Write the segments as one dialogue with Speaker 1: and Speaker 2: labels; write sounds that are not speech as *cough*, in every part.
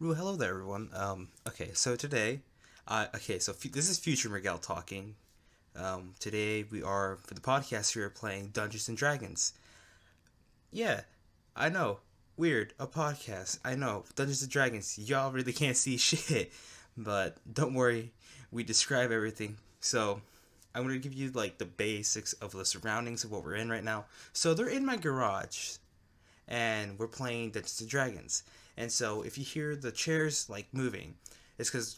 Speaker 1: Well, hello there, everyone. Um, okay, so today, uh, okay, so fu- this is Future Miguel talking. Um, today we are for the podcast. We are playing Dungeons and Dragons. Yeah, I know. Weird, a podcast. I know Dungeons and Dragons. Y'all really can't see *laughs* shit, but don't worry, we describe everything. So I'm gonna give you like the basics of the surroundings of what we're in right now. So they're in my garage and we're playing Dungeons and Dragons. And so if you hear the chairs like moving, it's because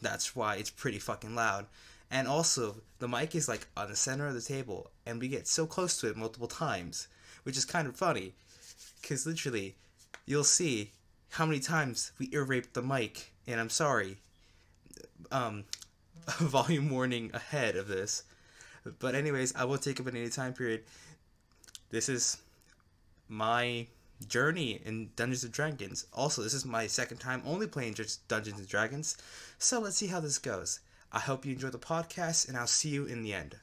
Speaker 1: that's why it's pretty fucking loud. And also, the mic is like on the center of the table, and we get so close to it multiple times, which is kind of funny, because literally, you'll see how many times we ear raped the mic. And I'm sorry, um, *laughs* volume warning ahead of this. But anyways, I won't take up any time period. This is my journey in Dungeons and Dragons. Also, this is my second time only playing just Dungeons and Dragons, so let's see how this goes. I hope you enjoy the podcast, and I'll see you in the end.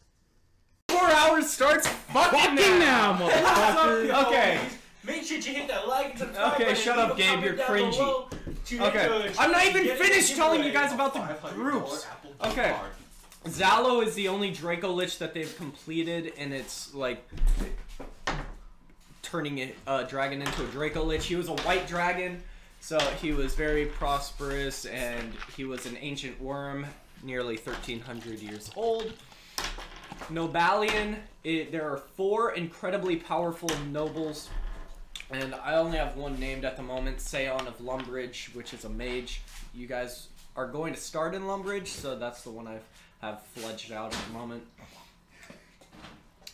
Speaker 2: Four hours starts fucking, now. *laughs*
Speaker 3: motherfucker.
Speaker 2: okay,
Speaker 3: Make sure you hit that like and subscribe.
Speaker 2: Okay,
Speaker 3: button,
Speaker 2: shut
Speaker 3: leave
Speaker 2: up,
Speaker 3: a
Speaker 2: Gabe,
Speaker 3: comment
Speaker 2: you're
Speaker 3: down
Speaker 2: cringy.
Speaker 3: below to your
Speaker 2: okay.
Speaker 3: judge.
Speaker 2: I'm not even
Speaker 3: Get a
Speaker 2: finished telling you
Speaker 3: giveaway.
Speaker 2: guys about the groups. Okay. Zalo is the only Draco Lich that they've completed, and it's like turning it uh, dragon into a Draco Lich. He was a white dragon, so he was very prosperous, and he was an ancient worm, nearly 1,300 years old. Nobalian, it, there are four incredibly powerful nobles, and I only have one named at the moment, Seon of Lumbridge, which is a mage. You guys are going to start in Lumbridge, so that's the one I have fledged out at the moment.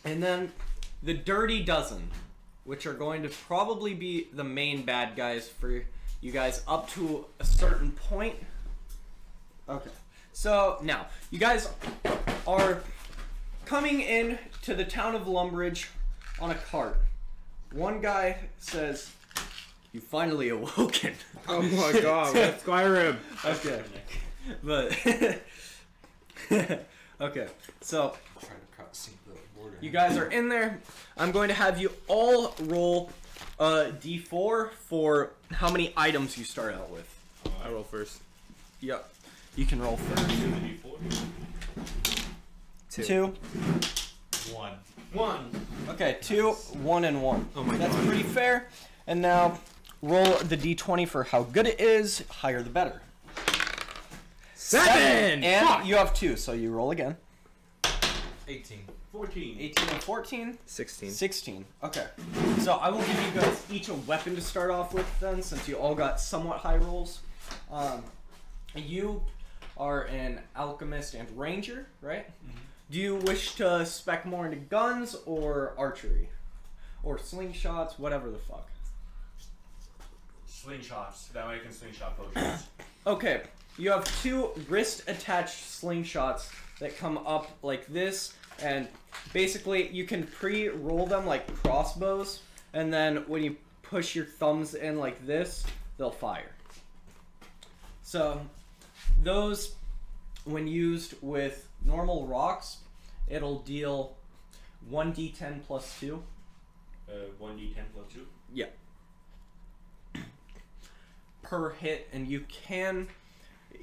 Speaker 2: And then the Dirty Dozen, which are going to probably be the main bad guys for you guys up to a certain point. Okay. So now, you guys are coming in to the town of Lumbridge on a cart. One guy says, You finally awoken.
Speaker 4: Oh my god, that's
Speaker 1: *laughs*
Speaker 4: Skyrim.
Speaker 2: okay. But. *laughs* okay. So, you guys are in there. I'm going to have you all roll uh, d4 for how many items you start out with.
Speaker 4: I roll first.
Speaker 2: Yep. You can roll first. Two.
Speaker 3: One. One.
Speaker 2: Okay, two, one, and one. Oh my That's pretty fair. And now roll the d20 for how good it is. Higher the better.
Speaker 4: Seven!
Speaker 2: And
Speaker 4: Fuck!
Speaker 2: you have two, so you roll again.
Speaker 3: 18. 14.
Speaker 2: 18 and 14.
Speaker 4: 16.
Speaker 2: 16. Okay. So I will give you guys each a weapon to start off with, then, since you all got somewhat high rolls. Um, you are an alchemist and ranger, right? Do you wish to spec more into guns or archery? Or slingshots, whatever the fuck.
Speaker 3: Slingshots. That way I can slingshot potions.
Speaker 2: Okay, you have two wrist attached slingshots that come up like this, and basically you can pre roll them like crossbows, and then when you push your thumbs in like this, they'll fire. So, those, when used with normal rocks, it'll deal 1d10 plus 2.
Speaker 3: uh, 1d10 plus 2.
Speaker 2: Yeah. Per hit, and you can.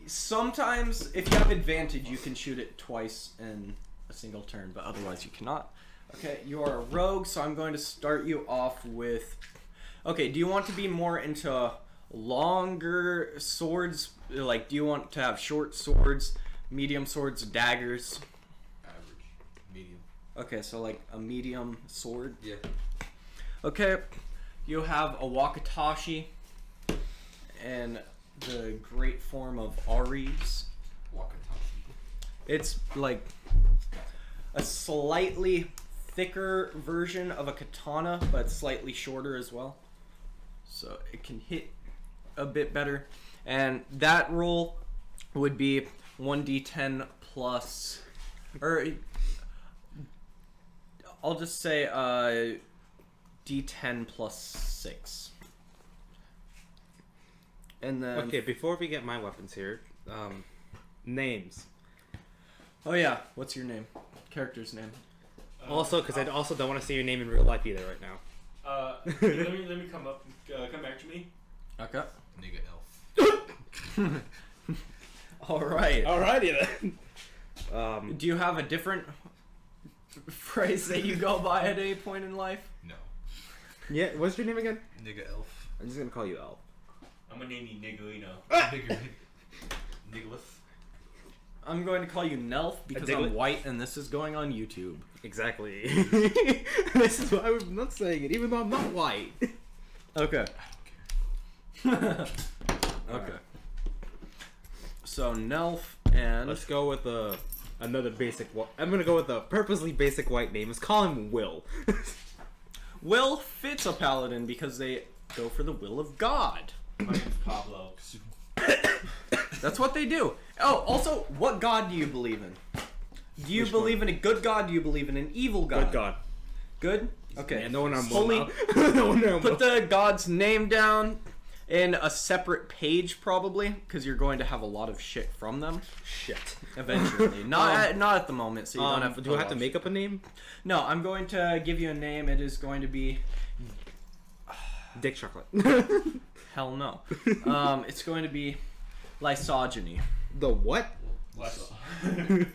Speaker 2: Sometimes, if you have advantage, you can shoot it twice in a single turn, but otherwise you cannot. Okay, you are a rogue, so I'm going to start you off with. Okay, do you want to be more into longer swords? Like, do you want to have short swords, medium swords, daggers?
Speaker 5: Average. Medium.
Speaker 2: Okay, so like a medium sword.
Speaker 5: Yeah.
Speaker 2: Okay, you have a Wakatashi and the great form of Ares.
Speaker 5: Wakatashi.
Speaker 2: It's like a slightly thicker version of a katana, but slightly shorter as well. So it can hit a bit better. And that roll would be 1d10 plus. Or I'll just say uh, d10 plus 6. And then.
Speaker 4: Okay, before we get my weapons here, um, names.
Speaker 2: Oh, yeah. What's your name? Character's name.
Speaker 4: Also, because I also don't want to say your name in real life either right now. *laughs*
Speaker 3: Uh, let me let me come up. Uh, come back to me.
Speaker 2: Okay.
Speaker 5: Nigga elf.
Speaker 2: *laughs* All right.
Speaker 4: Alrighty then. Um,
Speaker 2: Do you have a different phrase that you go by at any point in life?
Speaker 5: No.
Speaker 4: yeah, what's your name again?
Speaker 5: Nigga elf.
Speaker 4: I'm just gonna call you Al.
Speaker 3: I'm gonna name you
Speaker 4: *laughs*
Speaker 3: Nigolino.
Speaker 4: Ah!
Speaker 5: Nigger. Nicholas.
Speaker 2: I'm going to call you Nelf because
Speaker 4: diglet.
Speaker 2: I'm white and this is going on YouTube.
Speaker 4: *laughs* Exactly. this is why I'm not saying it, even though I'm not white.
Speaker 2: Okay. *laughs* okay.
Speaker 4: Alright.
Speaker 2: So Nelf and
Speaker 4: *laughs* Let's go with a another basic. wh- I'm gonna go with a purposely basic white name. Let's call him Will. *laughs*
Speaker 2: Will fits a paladin because they go for the will of God.
Speaker 3: My name's
Speaker 5: *laughs*
Speaker 3: Pablo.
Speaker 2: That's what they do. Oh, also, what god do you believe in? Do you
Speaker 4: Which
Speaker 2: believe in a good god? Do you believe in an evil god?
Speaker 4: Good God.
Speaker 2: Good? Okay.
Speaker 4: Yeah, no one on Will.
Speaker 2: Holy-
Speaker 4: now. *laughs* no one on
Speaker 2: *laughs*
Speaker 4: Will.
Speaker 2: Put the god's name down in a separate page, probably, because you're going to have a lot of shit from them
Speaker 4: shit. *laughs*
Speaker 2: eventually. not
Speaker 4: Um,
Speaker 2: at, not at the moment, so you
Speaker 4: Um,
Speaker 2: don't have to.
Speaker 4: do I have to
Speaker 2: watch.
Speaker 4: make up a name?
Speaker 2: No, I'm going to give you a name. It is going to be
Speaker 4: Dick *laughs* Chocolate. Uh,
Speaker 2: hell no. um, it's going to be Lysogyny.
Speaker 4: the what? *laughs*
Speaker 3: What's *laughs*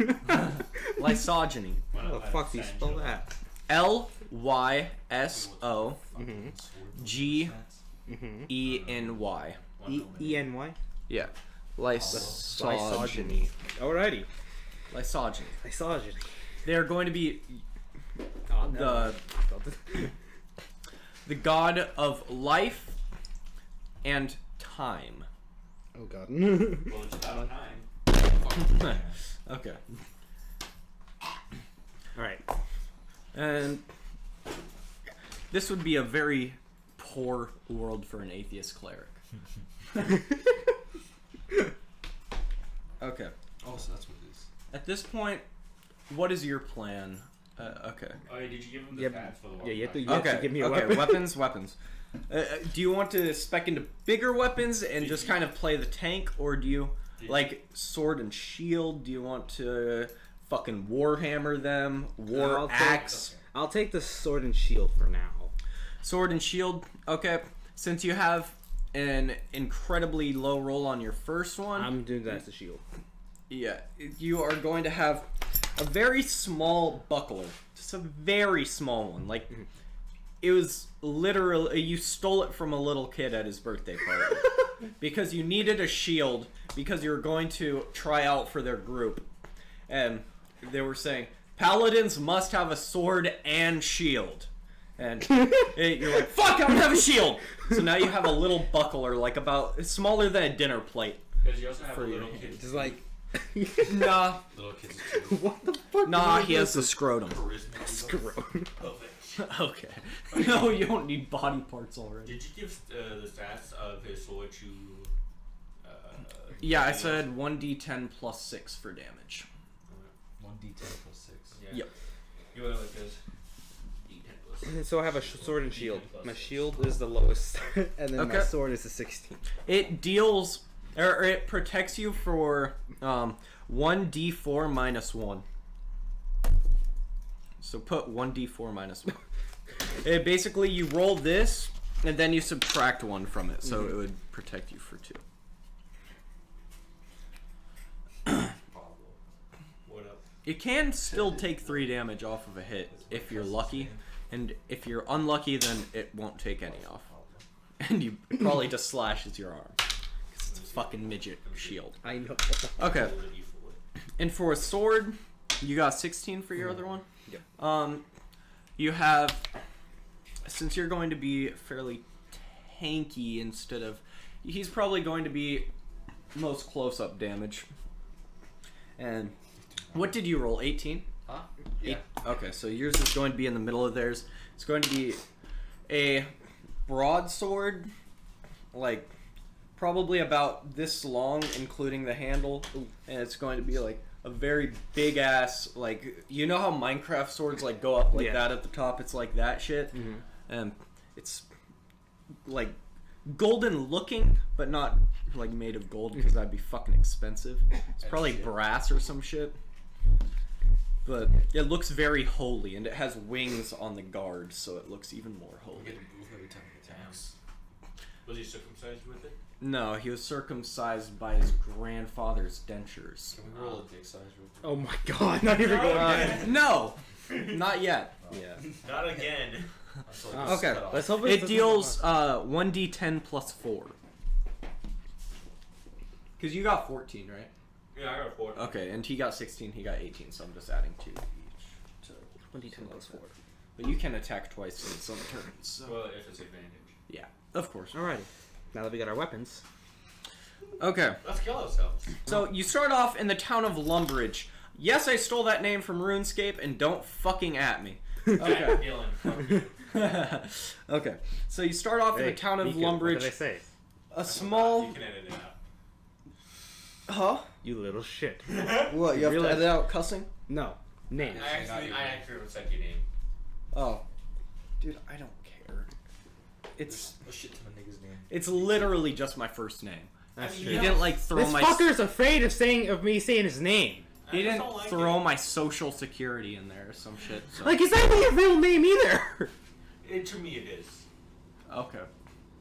Speaker 2: Lysogyny.
Speaker 4: How the fuck do you spell that?
Speaker 2: L Y S O G E N Y.
Speaker 4: E E N Mm-hmm. Y.
Speaker 2: Yeah. Lysogyny.
Speaker 4: Lysogyny. Alrighty.
Speaker 2: Lysogyny.
Speaker 4: I saw it.
Speaker 2: They're going to be
Speaker 4: Oh,
Speaker 2: the the god of life and time.
Speaker 4: *laughs*
Speaker 2: *laughs*
Speaker 4: oh god. *laughs*
Speaker 3: Well, it's about time.
Speaker 2: okay.
Speaker 4: Alright.
Speaker 2: And this would be a very poor world for an atheist cleric. okay.
Speaker 5: Oh, so that's what it is.
Speaker 2: At this point, what is your plan? Uh, okay.
Speaker 3: Oh, yeah, did you give him the
Speaker 4: Yeah,
Speaker 3: pads for the
Speaker 4: Yeah, you have to, you
Speaker 3: walkie-talkie?
Speaker 4: have to
Speaker 2: okay.
Speaker 4: give me a
Speaker 2: okay.
Speaker 4: weapon.
Speaker 2: weapons. Weapons. Uh, uh, do you want to spec into bigger weapons and just kind of play the tank, or do you like sword and shield? Do you want to fucking warhammer them? War
Speaker 4: Uh, I'll take-
Speaker 2: axe.
Speaker 4: I'll take the sword and shield for now.
Speaker 2: Sword and shield. Okay. Since you have an incredibly low roll on your first one,
Speaker 4: I'm doing that as a shield.
Speaker 2: yeah, you are going to have a very small buckler. Just a very small one. Like it was literally you stole it from a little kid at his birthday party because you needed a shield because you were going to try out for their group. And they were saying paladins must have a sword and shield. And it- you're like, "Fuck, I don't have a shield." So now you have a little buckler like about smaller than a dinner plate.
Speaker 3: Because you also have a
Speaker 2: For your
Speaker 3: little
Speaker 2: hand.
Speaker 3: kid.
Speaker 4: Just like
Speaker 2: Nah.
Speaker 5: Little
Speaker 4: *laughs*
Speaker 5: kids.
Speaker 4: what the fuck?
Speaker 2: Nah, he has the scrotum.
Speaker 4: Screw.
Speaker 2: *laughs* okay. *laughs* No, you don't need body parts already.
Speaker 3: Did you give uh, the stats of his sword to? Uh,
Speaker 2: Yeah, I said 1d10 plus 6 for damage.
Speaker 5: One D ten plus six.
Speaker 3: Yeah.
Speaker 2: Yep.
Speaker 3: You went like this. D10 plus six.
Speaker 4: So I have a sh- sword and shield. My shield is the lowest, *laughs* and then my
Speaker 2: Okay.
Speaker 4: sword is a sixteen.
Speaker 2: It deals, or or it protects you for um, 1d4 minus 1. So put 1d4 minus *laughs* 1. It basically, you roll this, and then you subtract 1 from it, so it would protect you for 2.
Speaker 3: Pablo. What up?
Speaker 2: It can still take three damage off of a hit if you're lucky, and if you're unlucky, then it won't take any off. *laughs* And you it probably just slashes your arm. 'Cause it's a fucking midget shield.
Speaker 4: I know.
Speaker 2: Okay,
Speaker 3: Roll it, you fool.
Speaker 2: and for a sword, you got 16 for your other one?
Speaker 4: Yep.
Speaker 2: Um, you have, since you're going to be fairly tanky instead of. He's probably going to be most close up damage. And what did you roll? 18?
Speaker 5: Huh? Yeah.
Speaker 2: Okay, so yours is going to be in the middle of theirs. It's going to be a broadsword, like probably about this long, including the handle, and it's going to be like a very big ass, like you know how Minecraft swords like go up like
Speaker 4: Yeah.
Speaker 2: that at the top. It's like that shit,
Speaker 5: Mm-hmm.
Speaker 2: and it's like golden looking, but not like made of gold because that'd be fucking expensive. It's probably brass or some shit. But it looks very holy, and it has wings on the guard, so it looks even more
Speaker 5: We
Speaker 2: holy.
Speaker 5: get to move every time he attacks.
Speaker 3: Was he circumcised with it?
Speaker 2: No, he was circumcised by his grandfather's dentures.
Speaker 5: Can we roll a dick size real quick?
Speaker 4: Oh my god, not even going
Speaker 2: Uh,
Speaker 4: there.
Speaker 2: no, not yet.
Speaker 4: Yeah.
Speaker 3: Not again.
Speaker 5: I feel like
Speaker 4: Oh.
Speaker 5: this is
Speaker 2: Okay,
Speaker 5: cut off.
Speaker 4: Let's hope
Speaker 2: It
Speaker 4: doesn't-
Speaker 2: deals uh, 1d10 plus 4. Because you got 14, right?
Speaker 3: Yeah, I got a four.
Speaker 2: Okay, and he got 16, he got 18, so I'm just adding 2.
Speaker 5: So,
Speaker 2: 1d10 plus 4. But you can attack twice in some turns, so.
Speaker 3: Well, if it's advantage.
Speaker 2: Yeah, of course.
Speaker 4: Alrighty. Now that we got our weapons.
Speaker 2: Okay.
Speaker 3: Let's kill ourselves.
Speaker 2: So you start off in the town of Lumbridge. Yes, I stole that name from RuneScape, and don't fucking at me. Okay. *laughs*
Speaker 3: Dylan, fuck
Speaker 4: *laughs*
Speaker 3: you.
Speaker 2: okay. So you start off in the
Speaker 4: Hey,
Speaker 2: town of
Speaker 4: Mika, What did I
Speaker 2: Lumbridge,
Speaker 4: say?
Speaker 2: a small
Speaker 3: You can edit it out.
Speaker 2: huh?
Speaker 4: You little shit. *laughs*
Speaker 2: What you have to edit out cussing?
Speaker 4: No. Name.
Speaker 3: I actually, I actually would said your name.
Speaker 2: Oh, dude, I don't care. It's
Speaker 5: oh shit to my nigga's name.
Speaker 2: it's literally just my first name.
Speaker 4: That's
Speaker 3: I mean,
Speaker 4: true.
Speaker 2: He didn't like throw
Speaker 4: This
Speaker 2: my
Speaker 4: fucker's afraid of saying of me saying his name.
Speaker 3: I
Speaker 2: he
Speaker 3: just
Speaker 2: didn't
Speaker 3: don't like
Speaker 2: throw
Speaker 3: it.
Speaker 2: my social security in there or some shit. So.
Speaker 4: Like it's not even your real name either. *laughs*
Speaker 3: It, to me, it is.
Speaker 2: okay,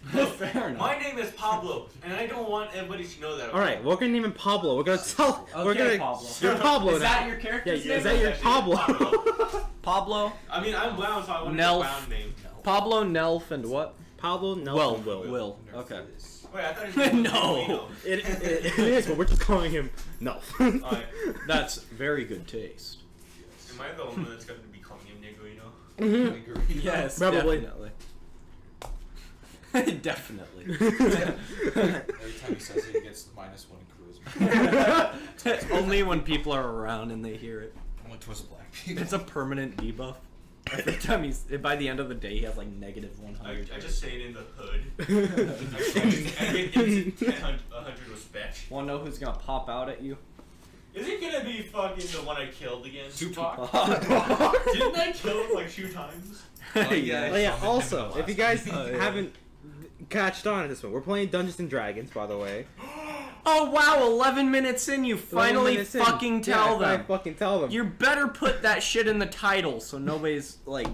Speaker 2: *laughs* fair enough.
Speaker 3: My name is Pablo, and I don't want everybody to know that.
Speaker 4: All right, we're gonna name him Pablo. We're gonna tell. we're
Speaker 2: Okay,
Speaker 4: gonna.
Speaker 2: Pablo.
Speaker 4: *laughs* You're Pablo
Speaker 2: Is
Speaker 4: now.
Speaker 2: that your character's
Speaker 4: yeah,
Speaker 2: name?
Speaker 4: is that your *laughs* Pablo?
Speaker 3: Pablo.
Speaker 2: Pablo?
Speaker 3: I mean, I'm brown, so I want
Speaker 2: Nelf.
Speaker 3: a brown
Speaker 4: *laughs*
Speaker 3: name.
Speaker 2: Pablo Nelf and what? Well,
Speaker 4: Pablo Nelson
Speaker 2: Will.
Speaker 4: Will.
Speaker 2: Okay.
Speaker 3: Wait, I thought
Speaker 2: *laughs*
Speaker 4: *laughs*
Speaker 3: it was
Speaker 2: No.
Speaker 4: It, it, it is, but we're just calling him *laughs* Nelf.
Speaker 3: Alright.
Speaker 2: *laughs* That's very good taste.
Speaker 3: Am I the one that's going to be calling him Negrino?
Speaker 4: Mhm.
Speaker 5: Niggerino.
Speaker 4: Probably.
Speaker 2: *laughs* Definitely. definitely.
Speaker 5: Every time he says it, he gets minus one in charisma. *laughs*
Speaker 2: *laughs*
Speaker 4: *laughs*
Speaker 2: Only when people are around and they hear it.
Speaker 5: I went towards the
Speaker 6: *laughs*
Speaker 5: black people.
Speaker 2: It's a permanent debuff.
Speaker 4: *laughs*
Speaker 2: Every time he's by the end of the day, he has like negative one
Speaker 3: I,
Speaker 2: hundred.
Speaker 3: I just say it in the hood. I get instant
Speaker 4: Wait,
Speaker 3: 100 respect.
Speaker 2: Want to know who's gonna pop out at
Speaker 3: *laughs*
Speaker 2: you? *laughs*
Speaker 3: Is it gonna be fucking the one I killed again?
Speaker 5: Tupac.
Speaker 3: Oh, Didn't I kill him like two times?
Speaker 5: yeah.
Speaker 4: Oh yeah.
Speaker 2: *laughs*
Speaker 4: Also, if you guys
Speaker 2: Oh, yeah.
Speaker 4: haven't catched on to this one, we're playing Dungeons and Dragons, by the way.
Speaker 2: Oh wow! Eleven minutes in, you finally
Speaker 4: 11 minutes in.
Speaker 2: fucking
Speaker 4: Yeah,
Speaker 2: tell
Speaker 4: I
Speaker 2: them.
Speaker 4: fucking tell them.
Speaker 2: You better put that shit in the title so nobody's
Speaker 4: *coughs*
Speaker 2: like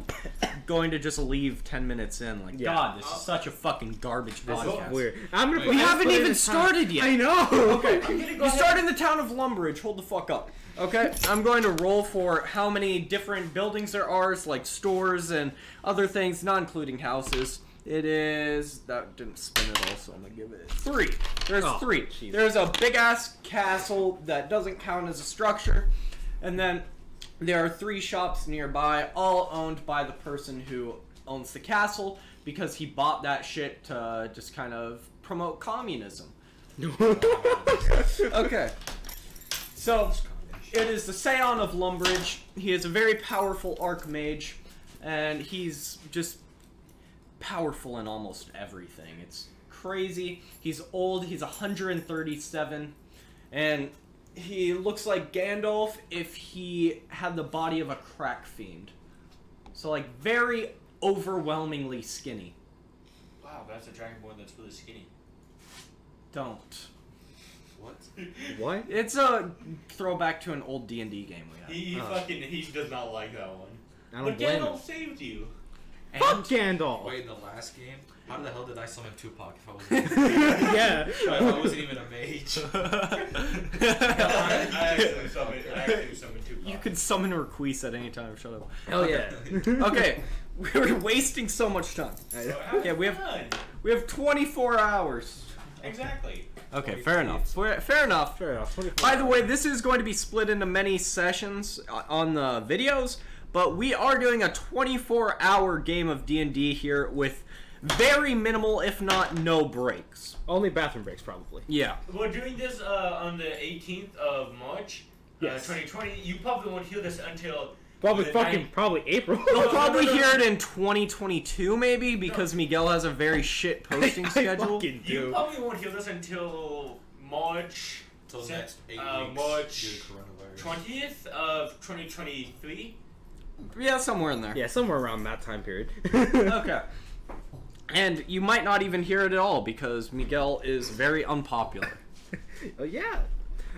Speaker 2: going to just leave 10 minutes in. Like,
Speaker 4: Yeah.
Speaker 2: God, this is such a fucking garbage podcast.
Speaker 4: Weird. I'm gonna.
Speaker 5: We
Speaker 4: put-
Speaker 2: haven't
Speaker 4: put it
Speaker 2: even
Speaker 4: in time.
Speaker 2: started yet.
Speaker 4: I know.
Speaker 2: *laughs*
Speaker 3: I'm gonna go
Speaker 2: You
Speaker 3: ahead-
Speaker 2: start in the town of Lumbridge. Hold the fuck up. Okay, I'm going to roll for how many different buildings there are, like stores and other things, not including houses. It is that didn't spin it all, so I'm gonna give it three. There's
Speaker 4: Oh,
Speaker 2: three.
Speaker 4: jeez.
Speaker 2: There's a big ass castle that doesn't count as a structure, and then there are three shops nearby, all owned by the person who owns the castle because he bought that shit to just kind of promote communism. Okay. So, it is the Seon of Lumbridge. He is a very powerful archmage, and he's just powerful in almost everything. It's crazy. He's old, he's 137, and he looks like Gandalf if he had the body of a crack fiend. So, like, very overwhelmingly skinny.
Speaker 3: Wow, that's a dragonborn that's really skinny.
Speaker 2: Don't.
Speaker 5: What?
Speaker 4: *laughs* what?
Speaker 2: It's a throwback to an old D&D game we had.
Speaker 3: *laughs* He, he
Speaker 4: Oh.
Speaker 3: fucking he does not like that one.
Speaker 4: I don't
Speaker 3: But
Speaker 4: blame
Speaker 3: Gandalf
Speaker 4: him.
Speaker 3: saved you.
Speaker 4: Fuck Gandalf.
Speaker 5: Oh, Wait, in the last game, how the hell did I summon Tupac if I wasn't,
Speaker 4: *laughs* yeah.
Speaker 5: if I wasn't even a mage? *laughs*
Speaker 2: *laughs*
Speaker 3: I actually summoned, I actually summoned Tupac.
Speaker 2: You could summon Requeese at any time. Shut up.
Speaker 4: Hell yeah.
Speaker 2: Okay, *laughs* we're wasting so much time.
Speaker 3: So have
Speaker 2: Yeah, we have-
Speaker 3: fun.
Speaker 2: We have 24 hours.
Speaker 3: Exactly.
Speaker 2: Okay, fair enough. Fair, fair enough.
Speaker 4: Fair enough. 24
Speaker 2: By the way, this is going to be split into many sessions uh, on the videos, but we are doing a 24-hour game of D&D here with very minimal, if not no breaks.
Speaker 4: only bathroom breaks probably.
Speaker 2: Yeah.
Speaker 3: We're doing this uh, on the 18th of March,
Speaker 4: Yes.
Speaker 3: uh, 2020. You probably won't hear this until
Speaker 4: Probably
Speaker 3: the
Speaker 4: fucking
Speaker 3: ninth-
Speaker 4: probably April.
Speaker 2: You'll
Speaker 3: No, no,
Speaker 2: probably
Speaker 3: no, no.
Speaker 2: hear it in 2022, maybe, because Miguel has a very shit *laughs* posting
Speaker 4: I
Speaker 2: schedule.
Speaker 4: fucking
Speaker 3: You
Speaker 4: do.
Speaker 3: probably won't hear this until March.
Speaker 5: Till
Speaker 3: se-
Speaker 5: next eight
Speaker 3: uh,
Speaker 5: weeks
Speaker 3: March
Speaker 5: due to coronavirus.
Speaker 3: 20th of 2023.
Speaker 2: Yeah, somewhere in there.
Speaker 4: *laughs* Yeah, somewhere around that time period. *laughs*
Speaker 2: Okay. And you might not even hear it at all because Miguel is very unpopular.
Speaker 4: oh yeah.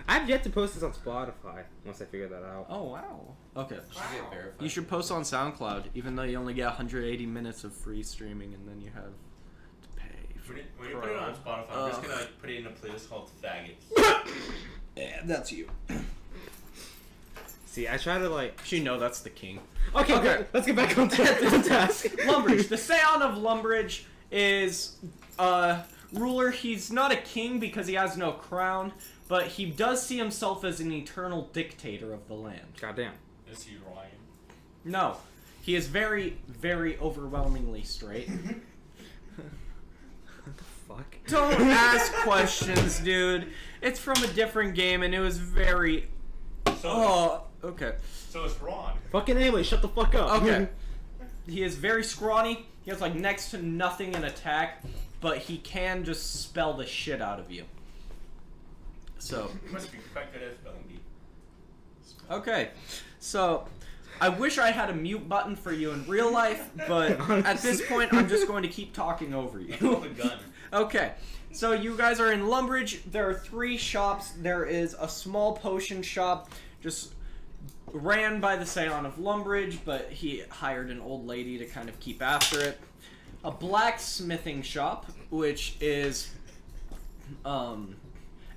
Speaker 4: I've yet to post this on Spotify. Once I figure that out.
Speaker 2: Oh wow. Okay.
Speaker 5: Should get verified.
Speaker 2: You should post on SoundCloud, even though you only get 180 minutes of free streaming, and then you have to pay
Speaker 3: When you, when you put it on Spotify, I'm just
Speaker 2: Uh.
Speaker 3: gonna like, put it in a playlist called Faggots.
Speaker 2: Yeah, that's you.
Speaker 4: See, I try to like.
Speaker 2: But you know that's the king.
Speaker 4: Okay,
Speaker 2: Okay.
Speaker 4: good. let's get back *laughs* on ta- on task.
Speaker 2: Lumbridge. The sound of Lumbridge is uh, ruler. He's not a king because he has no crown, but he does see himself as an eternal dictator of the land.
Speaker 4: Goddamn.
Speaker 3: Is he Ryan?
Speaker 2: No, he is very, very overwhelmingly straight.
Speaker 4: Fuck.
Speaker 2: Don't ask questions, dude. It's from a different game, and it was very.
Speaker 3: So,
Speaker 2: Oh, okay.
Speaker 3: so it's Ron.
Speaker 4: Fucking anyway, shut the fuck up.
Speaker 2: Okay. He is very scrawny. He has like next to nothing in attack, but he can just spell the shit out of you. So,
Speaker 3: You must be quite good at spelling bee.
Speaker 2: okay. So, I wish I had a mute button for you in real life, but at this point, I'm just going to keep talking over you.
Speaker 3: Hold the gun.
Speaker 2: Okay, so you guys are in Lumbridge. There are three shops. There is a small potion shop, just ran by the Seon of Lumbridge, but he hired an old lady to kind of keep after it. A blacksmithing shop, which is um,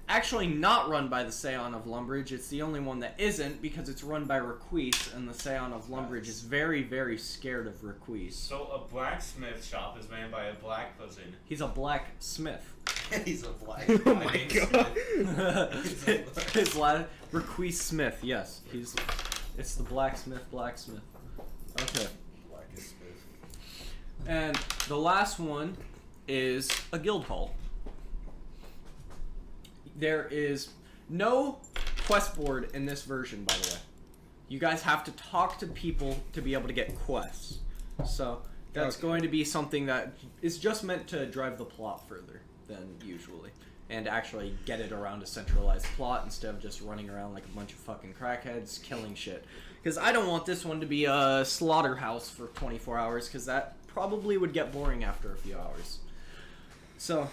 Speaker 2: actually not run by the Seon of Lumbridge. It's the only one that isn't because it's run by Requise, and the Seon of Lumbridge is very, very scared of Requise.
Speaker 3: So a blacksmith shop is manned by a black person.
Speaker 2: He's a blacksmith.
Speaker 5: He's a black.
Speaker 4: *laughs* *laughs* Oh my *laughs* god.
Speaker 2: *laughs* His la- Requie Smith, yes. He's it's the blacksmith blacksmith. Okay.
Speaker 5: Blackest Smith.
Speaker 2: And the last one is a guild hall. There is no quest board in this version, by the way. You guys have to talk to people to be able to get quests. So that's
Speaker 4: Okay.
Speaker 2: going to be something that is just meant to drive the plot further than usually. And actually get it around a centralized plot instead of just running around like a bunch of fucking crackheads killing shit. Because I don't want this one to be a slaughterhouse for 24 hours, because that probably would get boring after a few hours. So,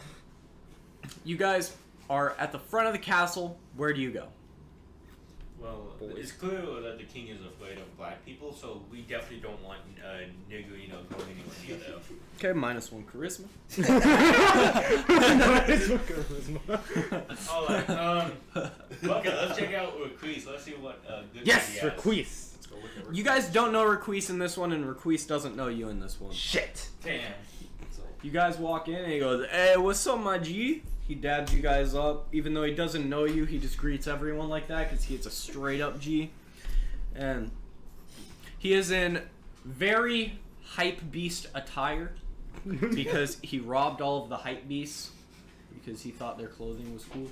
Speaker 2: you guys are at the front of the castle. Where do you go?
Speaker 3: Well, it's clear that the king is afraid of black people, so we definitely don't want uh, Niggerino going anywhere near them.
Speaker 2: Okay, minus one charisma.
Speaker 4: No, it's not charisma.
Speaker 3: All right, um, okay, let's check out Requise. Let's see what uh, good
Speaker 4: yes,
Speaker 3: he has.
Speaker 4: requests.
Speaker 5: Let's go look at
Speaker 2: You guys don't know Requise in this one, and Requise doesn't know you in this one.
Speaker 4: Shit.
Speaker 3: Damn.
Speaker 2: You guys walk in, and he goes, Hey, what's up, my G? He dabs you guys up. Even though he doesn't know you, he just greets everyone like that because he's a straight up G. And he is in very hype beast attire because he robbed all of the hype beasts because he thought their clothing was cool.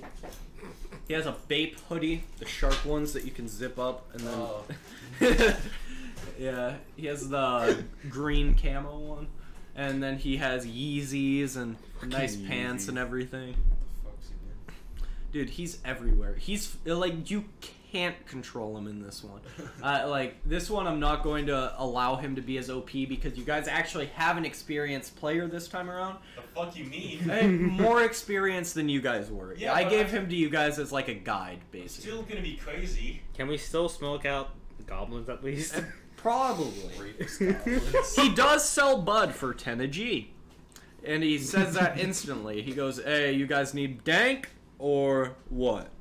Speaker 2: He has a Bape hoodie, the sharp ones that you can zip up and then.
Speaker 5: Oh.
Speaker 2: *laughs* yeah, he has the green camo one, and then he has Yeezys and nice pants and
Speaker 4: Yeezys.
Speaker 2: everything.
Speaker 5: fuck's he doing?
Speaker 2: Dude, he's everywhere. He's like you can't control him in this
Speaker 3: *laughs*
Speaker 2: one. Uh, like this one, I'm not going to allow him to be as OP because you guys actually have an experienced player this time
Speaker 3: *laughs*
Speaker 2: around.
Speaker 3: The fuck you mean?
Speaker 2: Eh, more experienced than you guys were.
Speaker 3: Yeah,
Speaker 2: I
Speaker 3: but
Speaker 2: gave
Speaker 3: I-
Speaker 2: him to you guys as like a guide, basically.
Speaker 3: Still gonna be crazy.
Speaker 4: Can we still smoke out goblins at *laughs* least?
Speaker 3: *laughs*
Speaker 2: Probably.
Speaker 5: Rapist goblins.
Speaker 2: he does sell bud for 10 a G. And he says that *laughs* instantly. He goes, Hey, you guys need dank or what?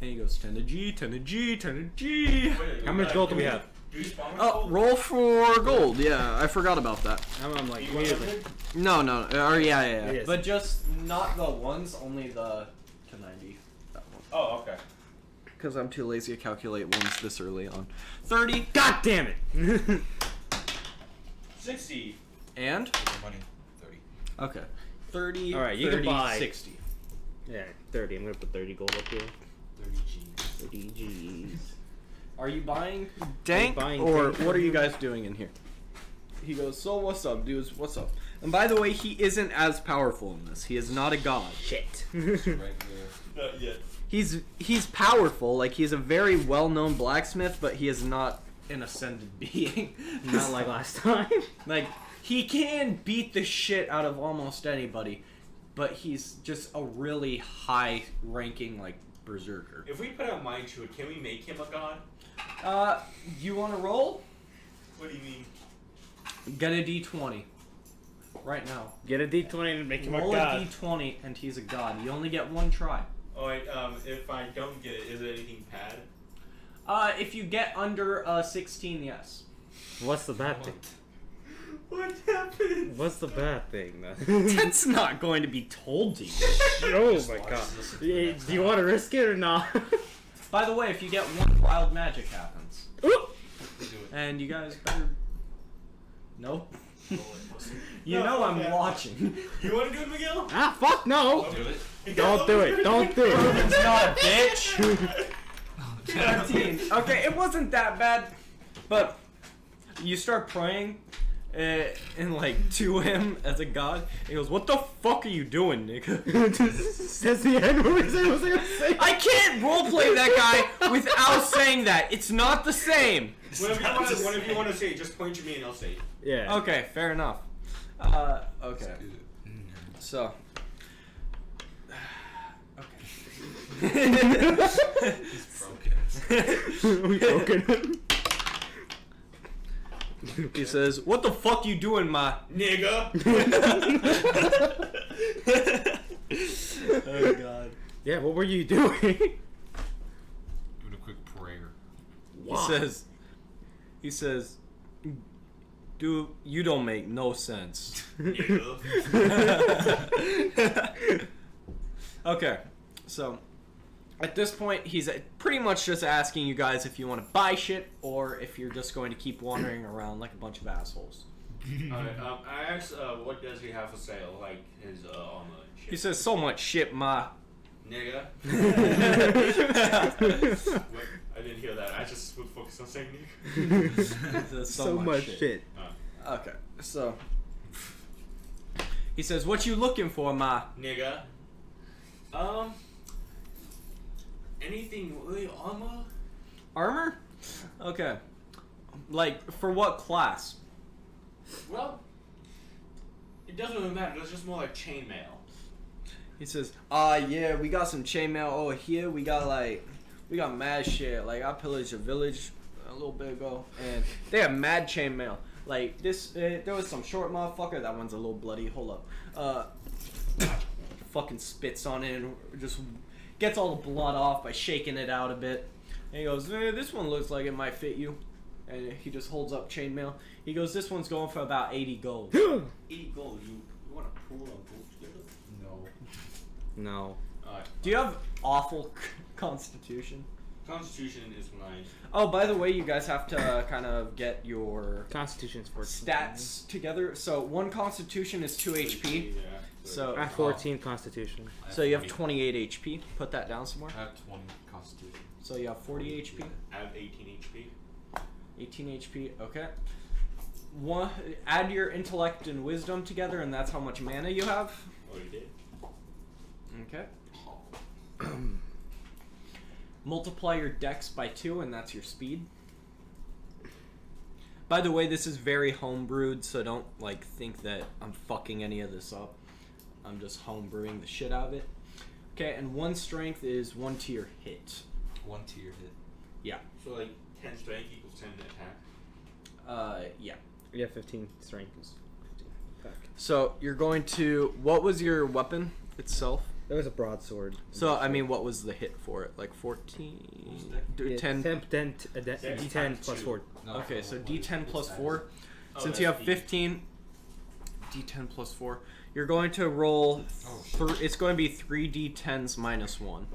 Speaker 2: And he goes, 10 a G, 10 a G, 10 a G.
Speaker 3: Wait,
Speaker 4: How much
Speaker 3: uh,
Speaker 4: gold do we have?
Speaker 3: Do we spawn with
Speaker 2: Oh,
Speaker 3: gold?
Speaker 2: roll for gold. Yeah, I forgot about that.
Speaker 4: I'm, I'm
Speaker 3: Do
Speaker 4: like,
Speaker 3: you want
Speaker 4: what is
Speaker 3: something?
Speaker 4: it?
Speaker 2: No, no. Oh, yeah, yeah,
Speaker 4: Yes.
Speaker 2: But just not the ones, only the 290.
Speaker 3: Oh, okay.
Speaker 2: Because I'm too lazy to calculate ones this early on. 30
Speaker 4: God damn it! *laughs*
Speaker 3: 60.
Speaker 2: and?
Speaker 5: Give me money. Thirty.
Speaker 2: Okay. 30,
Speaker 4: All right, you can
Speaker 2: 30,
Speaker 4: buy-
Speaker 2: 60.
Speaker 4: yeah, 30. I'm gonna put 30 gold up here.
Speaker 5: Thirty G's.
Speaker 4: 30 G's.
Speaker 2: Are you buying
Speaker 4: dank, or what are you
Speaker 2: guys doing in here? He goes, so what's up, dudes? What's up? And by the way, he isn't as powerful in this. He is not a god.
Speaker 4: Shit.
Speaker 5: Right there.
Speaker 3: Not yet.
Speaker 2: He's he's powerful. Like he's a very well-known blacksmith, but he is not an ascended *laughs* being.
Speaker 4: *laughs*
Speaker 7: *laughs*
Speaker 4: Not like last time.
Speaker 2: like he can beat the shit out of almost anybody, but he's just a really high-ranking like berserker.
Speaker 3: If we put out mind to it, can we make him a god?
Speaker 2: Uh, you want to roll?
Speaker 3: What do you mean?
Speaker 2: Get a d20. right now.
Speaker 4: Get a D twenty and make him a
Speaker 2: Roll a
Speaker 4: god.
Speaker 2: d20 and he's a god. You only get one try.
Speaker 3: Oh, wait, um, if I don't get it, is there anything bad?
Speaker 2: Uh, if you get under uh, 16, yes.
Speaker 4: What's the bad thing?
Speaker 3: What
Speaker 4: *laughs*
Speaker 3: happened?
Speaker 4: What's the bad
Speaker 2: *laughs*
Speaker 4: thing? though?
Speaker 7: That's not going to be told to you.
Speaker 4: oh my god. Eh, Do
Speaker 3: *laughs*
Speaker 4: you want to risk it or not? *laughs*
Speaker 2: By the way, if you get one wild magic happens,
Speaker 4: Oop!
Speaker 2: and you guys better. Nope. You know I'm
Speaker 3: okay.
Speaker 2: watching.
Speaker 3: You want to do it, Miguel?
Speaker 4: ah, fuck no!
Speaker 5: Do it.
Speaker 3: *laughs*
Speaker 4: Don't do it! Don't do it!
Speaker 2: *laughs* not, bitch. 13. Okay, it wasn't that bad, but you start praying uh, and like to him as a god. He goes, "What the fuck are you doing, nigga?" *laughs*
Speaker 4: That's the end word. I was gonna say.
Speaker 2: I can't roleplay that guy without saying that. It's not the same.
Speaker 3: Whatever you want to, whatever you want to say, just point to me and I'll say. it.
Speaker 4: Yeah.
Speaker 2: Okay, fair enough. Uh, okay. So. Okay.
Speaker 5: Broken.
Speaker 4: *laughs* we broken.
Speaker 2: *laughs* he says, "What the fuck you doing, my?"
Speaker 3: Nigga!
Speaker 4: *laughs*
Speaker 2: oh God.
Speaker 4: yeah, what were you doing?
Speaker 5: Doing a quick prayer.
Speaker 2: He
Speaker 4: *laughs*
Speaker 2: says, he says, "Do you don't make no sense."
Speaker 4: *laughs*
Speaker 3: Nigga.
Speaker 5: *laughs*
Speaker 2: okay, *laughs* so at this point, he's uh, pretty much just asking you guys if you want to buy shit or if you're just going to keep wandering around like a bunch of assholes.
Speaker 3: Alright, um, I asked, uh, what does he have for sale? Like, his, uh, armor and shit.
Speaker 2: He says so much shit, ma.
Speaker 4: *laughs*
Speaker 3: Nigga.
Speaker 2: He
Speaker 3: Wait, I didn't hear that. I just would focus on saying nigga.
Speaker 2: says,
Speaker 4: so, much shit.
Speaker 2: Okay, so he says, "What you looking for, ma?"
Speaker 3: Nigga. Um. Anything really armor?
Speaker 2: Armor? Okay. Like for what class?
Speaker 3: Well, it doesn't really matter. It's just more like chainmail.
Speaker 2: He says, "Ah, yeah, we got some chainmail over here. We got like, we got mad shit. Like, I pillaged a village a little bit ago, and they have mad chainmail. Like this, uh, there was some short motherfucker. That one's a little bloody. Hold up, uh, *coughs* fucking spits on it and just gets all the blood off by shaking it out a bit. And he goes, eh, "This one looks like it might fit you." And he just holds up chainmail. He goes, "This onene's going for about eighty gold."
Speaker 3: Eight gold. You, you want to pool on gold together?
Speaker 5: No.
Speaker 4: no.
Speaker 3: Alright.
Speaker 2: Do you have awful *laughs* constitution?
Speaker 3: Constitution is my.
Speaker 2: Oh, by the way, you guys have to uh, kind of get your
Speaker 4: Constitution's 14.
Speaker 2: stats together. So one Constitution is two HP.
Speaker 3: Yeah.
Speaker 2: So
Speaker 4: I have 14 Ah, Constitution.
Speaker 5: I
Speaker 2: so you have
Speaker 5: 20.
Speaker 2: 28 HP. Put that down somewhere.
Speaker 5: Oh, I have 20 constitution.
Speaker 2: So you have 40 HP,
Speaker 3: I have 18 HP.
Speaker 2: 18 HP. Okay. One. Add your intellect and wisdom together, and that's how much mana you have.
Speaker 3: Oh, you did?
Speaker 2: Okay. Multiply your dex by two, and that's your speed. By the way, this is very homebrewed, so don't like think that I'm fucking any of this up. I'm just homebrewing the shit out of it. Okay, and one strength is one to your hit.
Speaker 5: One tier hit.
Speaker 3: So, like, 10 strength equals 10 attack.
Speaker 2: Uh, yeah.
Speaker 4: Yeah, 15 strength is 15. Fuck.
Speaker 2: So you're going to what was your weapon itself?
Speaker 4: That was a broadsword.
Speaker 2: So I mean, what was the hit for it? Like 14,
Speaker 4: Yeah,
Speaker 2: 10,
Speaker 4: temp- ten- t- a de-
Speaker 3: Six
Speaker 4: D10
Speaker 3: times
Speaker 4: plus
Speaker 3: two.
Speaker 4: 4.
Speaker 5: No,
Speaker 2: Okay, so
Speaker 5: what
Speaker 2: D10
Speaker 5: is-
Speaker 2: plus
Speaker 5: what
Speaker 2: four.
Speaker 3: Oh,
Speaker 2: Since
Speaker 3: that's
Speaker 2: you have
Speaker 3: the-
Speaker 2: 15, D10 plus four, you're going to roll.
Speaker 3: Oh,
Speaker 2: Thr- it's going to be three D10s minus one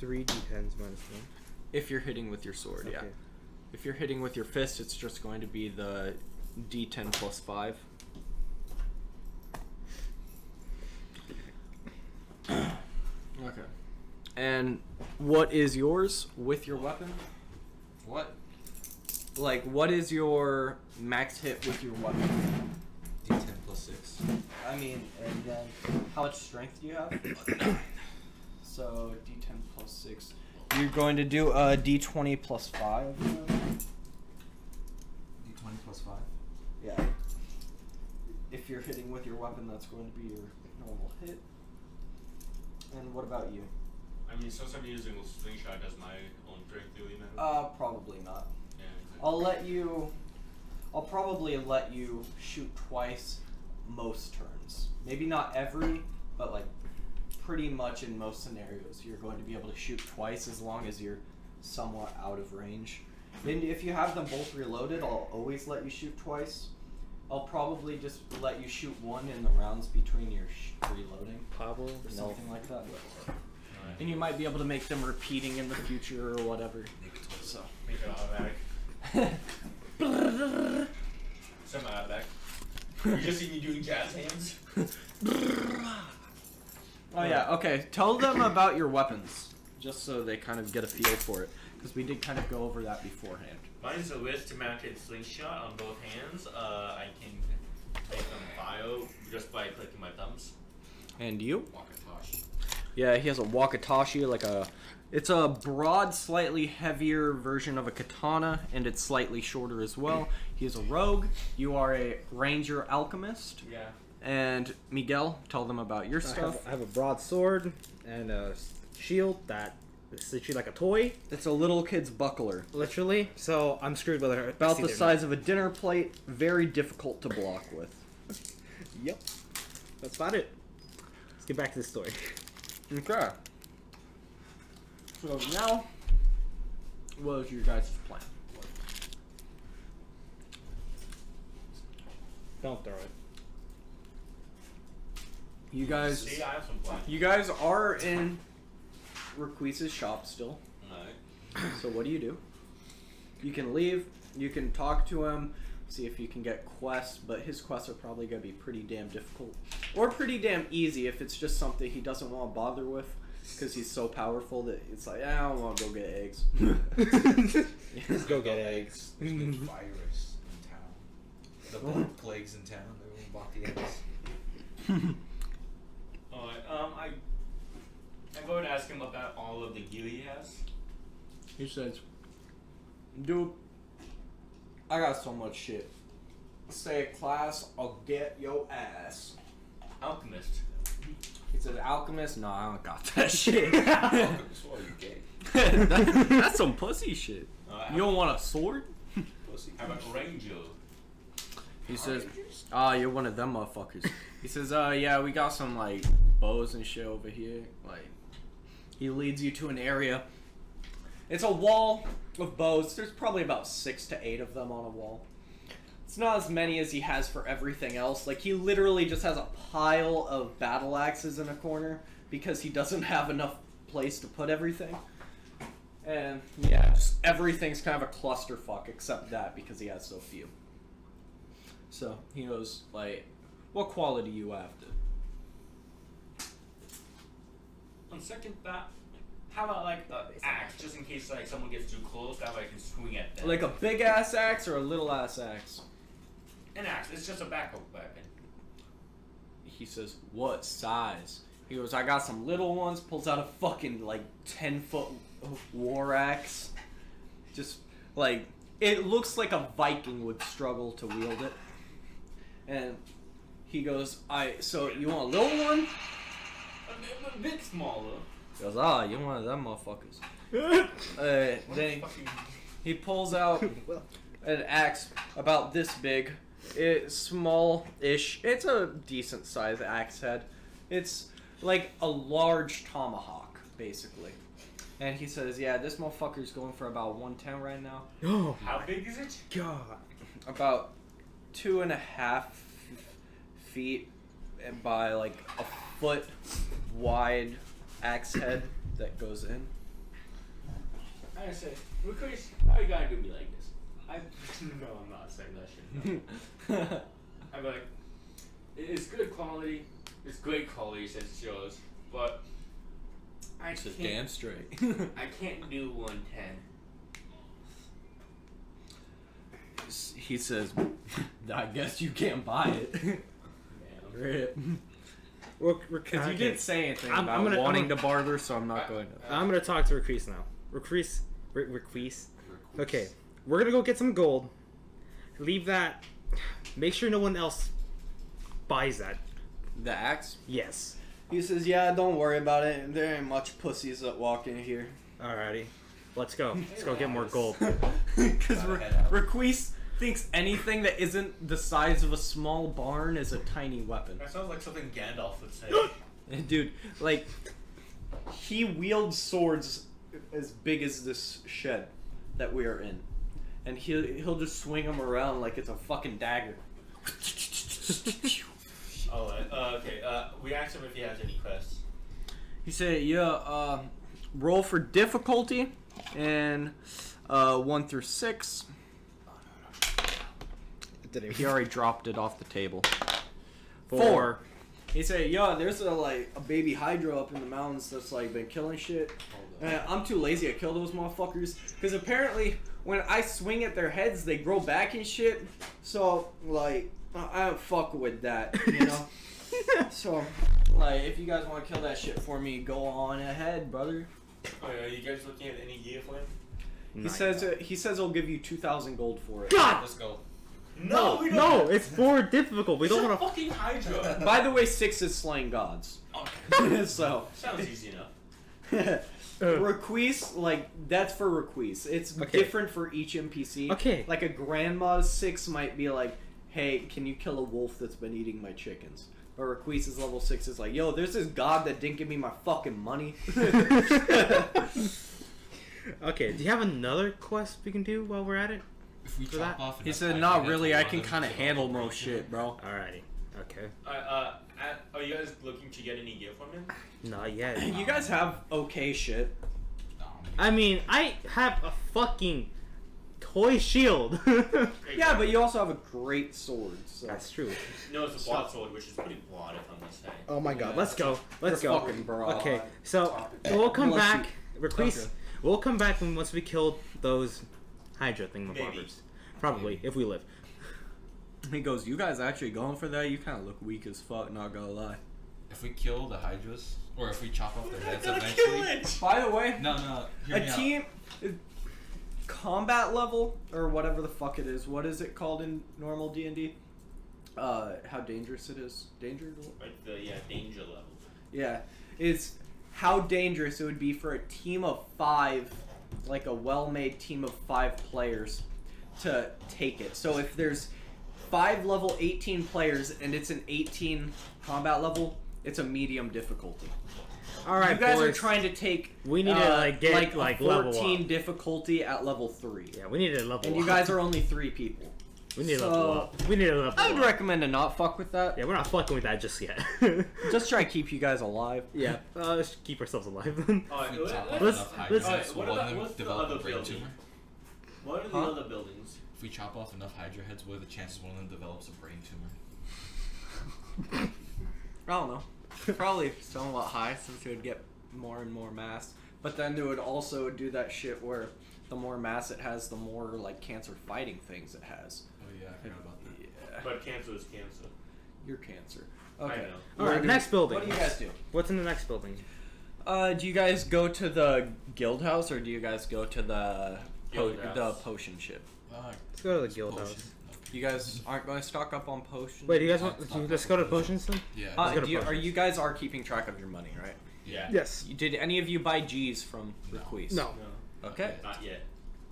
Speaker 4: 3 D10s minus 1.
Speaker 2: if you're hitting with your sword. Yeah.
Speaker 4: Okay.
Speaker 2: If you're hitting with your fist, it's just going to be the D10 plus five. okay. And what is yours with your weapon?
Speaker 5: is- What?
Speaker 2: Like, what is your max hit with your weapon?
Speaker 5: D10 plus 6.
Speaker 2: I mean, and then how much strength do you have?
Speaker 5: *coughs*
Speaker 2: so D10 plus six. You're going to do a D20 plus five.
Speaker 5: D20 plus 5.
Speaker 2: Yeah. If you're hitting with your weapon, that's going to be your normal hit. And what about you?
Speaker 3: I mean, since I'm using a slingshot as my own strength, do we matter?
Speaker 2: Uh, probably not.
Speaker 3: yeah, exactly.
Speaker 2: I'll let you. I'll probably let you shoot twice, most turns. Maybe not every, but like pretty much in most scenarios, you're going to be able to shoot twice as long as you're somewhat out of range. Then if you have them both reloaded, I'll always let you shoot twice. I'll probably just let you shoot one in the rounds between your sh- reloading
Speaker 7: Pablo,
Speaker 2: or something like that. And you might be able to make them repeating in the future or whatever. So.
Speaker 3: Make it
Speaker 2: *laughs*
Speaker 3: automatic. Some automatic. you just seen you doing jazz hands?
Speaker 2: Oh yeah. Okay. Tell them about your weapons, just so they kind of get a feel for it, because we did kind of go over that beforehand.
Speaker 3: Mine's a wrist mounted slingshot on both hands. Uh, I can take them bio just by clicking my thumbs.
Speaker 2: And you?
Speaker 5: Wakatosh.
Speaker 2: Yeah, he has a wakatashi, like a. It's a broad, slightly heavier version of a katana, and it's slightly shorter as well. He is a rogue. You are a ranger alchemist.
Speaker 3: Yeah.
Speaker 2: And Miguel, tell them about your
Speaker 4: I have,
Speaker 2: stuff.
Speaker 4: I have a broadsword and a s- shield that is literally like a toy,
Speaker 2: It's a little kid's buckler,
Speaker 4: literally. So I'm screwed whether I
Speaker 2: about
Speaker 4: see
Speaker 2: the
Speaker 4: it or
Speaker 2: size of a dinner plate. Very difficult to block with.
Speaker 4: not. Yep, that's about it. Let's get back to the story. *laughs*
Speaker 2: Okay. So now, what is your guys' plan?
Speaker 4: Don't throw it.
Speaker 2: You guys,
Speaker 3: See, I have some black.
Speaker 2: you guys are in Requisa's shop still.
Speaker 3: Alright.
Speaker 2: So what do you do? You can leave. You can talk to him. See if you can get quests, but his quests are probably gonna be pretty damn difficult, or pretty damn easy if it's just something he doesn't want to bother with, because he's so powerful that it's like "Ah, I don't want to go get eggs.
Speaker 4: Let's go get it.
Speaker 5: eggs. There's been
Speaker 2: Mm-hmm.
Speaker 5: virus in town. The black plagues in town. Everyone bought the eggs.
Speaker 2: *laughs*
Speaker 3: Alright, um, I, I go and ask him about all of the gear he has.
Speaker 2: He says, Dude, I got so much shit. Stay at class, I'll get your ass.
Speaker 3: Alchemist.
Speaker 2: He says, Alchemist? No, I don't got *laughs* that shit.
Speaker 5: That's why you gay.
Speaker 7: That- that's some pussy shit.
Speaker 3: Uh,
Speaker 7: You don't want a sword?
Speaker 5: Pussy.
Speaker 3: How about Ranger?
Speaker 2: he says, Ah, you're one of them motherfuckers. *laughs* he says, Uh, yeah, we got some, like, bows and shit over here. Like, he leads you to an area. It's a wall of bows. There's probably about six to eight of them on a wall. It's not as many as he has for everything else. Like he literally just has a pile of battle axes in a corner because he doesn't have enough place to put everything. And
Speaker 4: *laughs*
Speaker 2: yeah, just everything's kind of a clusterfuck except that because he has so few. So he knows like what quality you have to.
Speaker 3: On second thought, how about like an axe, just in case like someone gets too close, that way I can swing at them.
Speaker 2: Like a big ass axe or a little ass axe.
Speaker 3: an axe, it's just a backup weapon.
Speaker 2: He says, "What size?" He goes, "I got some little ones." Pulls out a fucking like ten foot war axe. Just like it looks like a Viking would struggle to wield it. And he goes, "I so you want a little one?"
Speaker 3: A bit, a bit smaller.
Speaker 2: He goes, "Ah, you one of them motherfuckers." Uh,
Speaker 3: What
Speaker 2: then
Speaker 3: fucking
Speaker 2: he pulls out an axe about this big. It's small-ish. It's a decent sized axe head. It's like a large tomahawk, basically. And he says, "Yeah, this motherfucker's going for about 110 right now.
Speaker 4: Oh
Speaker 3: How big is it?
Speaker 4: god.
Speaker 2: About two and a half feet by like a foot wide axe head that goes in."
Speaker 3: I say, Lucas, why you gotta do me like this? I *laughs* no, I'm not saying that shit.
Speaker 2: *laughs*
Speaker 3: no. I'm like, "It- it's good quality. It's great quality since it's yours, but I
Speaker 2: Says,
Speaker 3: can't.
Speaker 2: straight." *laughs*
Speaker 3: I can't do 110.
Speaker 2: he says, "I guess you can't buy it."
Speaker 3: Yeah.
Speaker 2: Rip.
Speaker 4: *laughs* We're, we're
Speaker 2: Because you
Speaker 4: okay.
Speaker 2: didn't say anything
Speaker 4: I'm-
Speaker 2: about
Speaker 4: I'm gonna-
Speaker 2: wanting to
Speaker 4: I'm-
Speaker 2: barter, so I'm not going to.
Speaker 4: I'm gonna talk to Recrease now. Recrease. Re- Recrease.
Speaker 5: Request.
Speaker 4: Okay, we're gonna go get some gold. Leave that. Make sure no one else buys that.
Speaker 2: The axe?
Speaker 4: Yes.
Speaker 2: He says, "Yeah, don't worry about it. There ain't much pussies that walk in here." *laughs*
Speaker 4: Alrighty. Let's go. Let's go get more gold.
Speaker 2: Because
Speaker 5: Gotta head out.
Speaker 2: Requise thinks anything that isn't the size of a small barn is a tiny weapon.
Speaker 5: That sounds like something Gandalf
Speaker 3: *laughs*
Speaker 5: would say.
Speaker 2: *laughs* Dude, like, he wields swords as big as this shed that we are in. And he'll, he'll just swing them around like it's a fucking dagger.
Speaker 5: oh, uh, okay. Uh, we asked him if he has any quests.
Speaker 2: *laughs* He said, yeah, uh, roll for difficulty and uh, 1 through 6.
Speaker 4: Did
Speaker 2: He already dropped it off the table. Four.
Speaker 4: Four.
Speaker 2: He said, "Yo, there's a like a baby hydra up in the mountains that's like been killing shit. Uh, I'm too lazy to kill those motherfuckers because apparently when I swing at their heads, they grow back and shit. So like, I I don't fuck with that, you know. so like, if you guys want to kill that shit for me, go on ahead, brother."
Speaker 5: Oh, yeah, are you guys looking at any gear for him?
Speaker 2: He says uh, he says he'll give you two thousand gold for it.
Speaker 3: *laughs*
Speaker 4: God!
Speaker 5: Let's go.
Speaker 4: No, no, it's for difficult. We don't want to.
Speaker 5: fucking Hydra. *laughs*
Speaker 2: By the way, six is slaying gods, *laughs* so.
Speaker 5: Sounds easy enough.
Speaker 2: Requeese, like that's for requeese. It's
Speaker 4: Okay.
Speaker 2: different for each NPC.
Speaker 4: Okay.
Speaker 2: Like a grandma's six might be like, "Hey, can you kill a wolf that's been eating my chickens?" But requeese's level six is like, "Yo, there's this god that didn't give me my fucking money."
Speaker 4: *laughs* okay, do you have another quest we can do while we're at it?
Speaker 5: If we
Speaker 4: For that-
Speaker 5: off,
Speaker 2: he
Speaker 5: enough
Speaker 2: said,
Speaker 5: Hydra,
Speaker 2: "Not
Speaker 5: that's
Speaker 2: really.
Speaker 5: a
Speaker 2: I
Speaker 5: lot
Speaker 2: can
Speaker 5: of
Speaker 2: kind of
Speaker 5: shit."
Speaker 2: handle most shit, bro."
Speaker 4: Alrighty. Okay.
Speaker 5: Uh, uh, at- are you guys looking to get any gear from him?
Speaker 4: Not yet.
Speaker 2: You guys have okay shit.
Speaker 6: Um,
Speaker 4: I mean, I have a fucking toy shield. *laughs*
Speaker 2: Yeah, but you also have a great sword. So.
Speaker 4: That's true.
Speaker 5: No, it's a blood sword, which is pretty blood, if I'm gonna say.
Speaker 4: Oh my god, let's go. Let's
Speaker 2: You're
Speaker 4: go.
Speaker 2: fucking broad.
Speaker 4: Okay, so we'll come
Speaker 2: Unless
Speaker 4: back. Requeese,
Speaker 2: Okay.
Speaker 4: we'll come back when once we kill those Hydra
Speaker 5: Maybe.
Speaker 4: thingamabobbers. Probably, if we live.
Speaker 2: He goes, "You guys actually going for that? You kind of look weak as fuck. Not gonna lie."
Speaker 6: If we kill the Hydras, or if we chop off their heads
Speaker 5: Gotta kill
Speaker 6: eventually.
Speaker 5: it!
Speaker 2: By the way,
Speaker 6: No, no, hear
Speaker 2: a
Speaker 6: me out.
Speaker 2: team combat level or whatever the fuck it is what is it called in normal d&d uh, how dangerous it is danger
Speaker 5: Like the yeah danger level.
Speaker 2: yeah is how dangerous it would be for a team of five like a well-made team of five players to take it so if there's five level 18 players and it's an 18 combat level it's a medium difficulty
Speaker 4: All right,
Speaker 2: you guys
Speaker 4: boys.
Speaker 2: are trying to take uh,
Speaker 4: We need to, like, get,
Speaker 2: a
Speaker 4: like, level
Speaker 2: 14
Speaker 4: up.
Speaker 2: difficulty at level 3
Speaker 4: Yeah, we need to level
Speaker 2: and you
Speaker 4: up.
Speaker 2: guys are only three people
Speaker 4: We need to
Speaker 2: so-
Speaker 4: level up. We need to level
Speaker 2: i would
Speaker 4: up.
Speaker 2: recommend to not fuck with that
Speaker 4: yeah, we're not fucking with that just yet.
Speaker 2: *laughs* just try to keep you guys alive
Speaker 4: *laughs* yeah, uh, let's keep ourselves alive then.
Speaker 2: *laughs*
Speaker 5: All right,
Speaker 6: If we
Speaker 5: let-
Speaker 6: chop
Speaker 5: let's-
Speaker 6: off
Speaker 4: let's-
Speaker 6: enough
Speaker 4: let's-
Speaker 6: Hydras,
Speaker 5: Alright, what
Speaker 6: will
Speaker 5: about-
Speaker 6: one of
Speaker 5: what's
Speaker 6: them
Speaker 5: the
Speaker 6: develop
Speaker 5: other
Speaker 6: a brain
Speaker 5: building?
Speaker 6: tumor?
Speaker 5: What are the
Speaker 2: Huh?
Speaker 5: other buildings?
Speaker 6: If we chop off enough Hydra heads, what are the chances one of them develops a brain tumor?
Speaker 2: i don't know probably somewhat high since it would get more and more mass but then they would also do that shit where the more mass it has the more like cancer fighting things it has
Speaker 6: Oh yeah, I forgot about that.
Speaker 5: But cancer is cancer.
Speaker 2: your cancer okay
Speaker 5: know.
Speaker 4: All right, next building.
Speaker 2: what do you guys do
Speaker 4: What's in the next building?
Speaker 2: Uh, do you guys go to the guild house or do you guys go to the po-
Speaker 5: Guild house.
Speaker 2: the potion ship?
Speaker 6: Fuck.
Speaker 4: Let's go to the guild
Speaker 6: Potion.
Speaker 4: house.
Speaker 2: You guys aren't going to stock up on potions.
Speaker 4: Wait, do you guys want? do you- let's go to potions then.
Speaker 6: Yeah.
Speaker 2: uh,
Speaker 4: let's go to
Speaker 2: do you, are
Speaker 4: potions.
Speaker 2: you guys are keeping track of your money, right?
Speaker 5: Yeah.
Speaker 4: Yes.
Speaker 2: You- Did any of you buy G's from
Speaker 6: No.
Speaker 2: Requeese?
Speaker 4: No.
Speaker 5: No,
Speaker 2: Okay.
Speaker 5: not yet.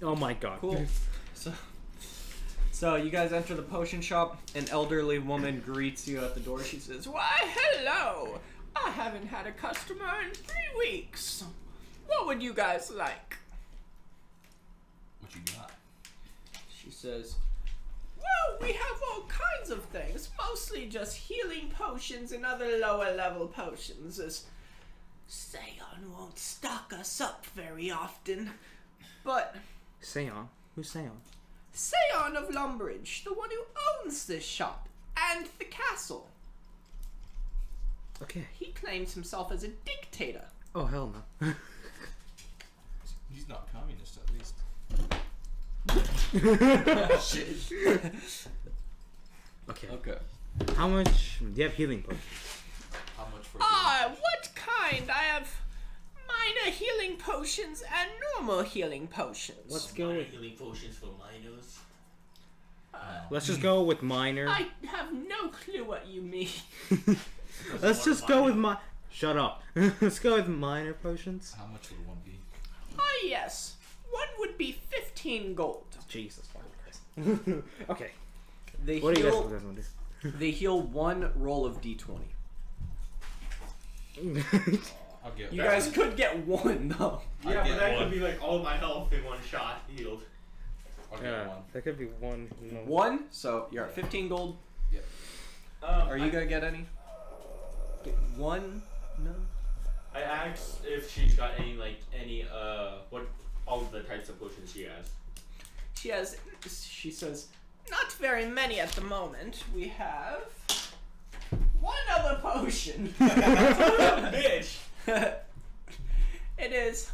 Speaker 4: Oh my god.
Speaker 2: Cool. So, so you guys enter the potion shop. An elderly woman greets you at the door. She says, "Why, hello! I haven't had a customer in three weeks. What would you guys like?"
Speaker 6: What you got?
Speaker 2: She says, Well, we have all kinds of things, mostly just healing potions and other lower level potions, as Seon won't stock us up very often. But
Speaker 4: Seon. Who's Seon?
Speaker 2: Seon of Lumbridge, the one who owns this shop and the castle,
Speaker 4: Okay.
Speaker 2: he claims himself as a dictator.
Speaker 4: Oh hell no.
Speaker 6: He's not communist, at least.
Speaker 2: *laughs*
Speaker 4: *laughs* okay. Okay. How much do you have healing potions?
Speaker 6: How much for?
Speaker 2: Oh.
Speaker 8: Ah, what kind? I have minor healing potions and normal healing potions.
Speaker 4: Let's go with.
Speaker 5: Healing potions for minors.
Speaker 4: Let's just go with minor.
Speaker 8: I have no clue what you mean.
Speaker 4: Let's just go with my. Shut up. *laughs* Let's go with minor potions.
Speaker 6: How much would one be?
Speaker 8: Ah, yes. One would be 15 gold.
Speaker 4: Oh, Jesus fucking Christ. *laughs* okay.
Speaker 2: They
Speaker 4: What do you guys,
Speaker 2: heal.
Speaker 4: what do you guys want to do?
Speaker 2: They heal one roll of d20.
Speaker 5: I'll get.
Speaker 2: You guys could get one though.
Speaker 5: I'll
Speaker 3: Yeah,
Speaker 5: get
Speaker 3: but that
Speaker 5: one.
Speaker 3: could be like all my health in one shot healed.
Speaker 5: I'll get
Speaker 4: yeah,
Speaker 5: one.
Speaker 4: that could be one. No.
Speaker 2: One. So you're at 15 gold.
Speaker 3: Um,
Speaker 2: Are you
Speaker 3: I,
Speaker 2: gonna get any? Get one. No.
Speaker 3: I asked if she's got any like any uh what all the types of potions she has.
Speaker 8: She has.
Speaker 2: She says.
Speaker 8: Not very many at the moment. We have one other potion.
Speaker 3: *laughs*
Speaker 8: *laughs*
Speaker 3: Bitch.
Speaker 8: it is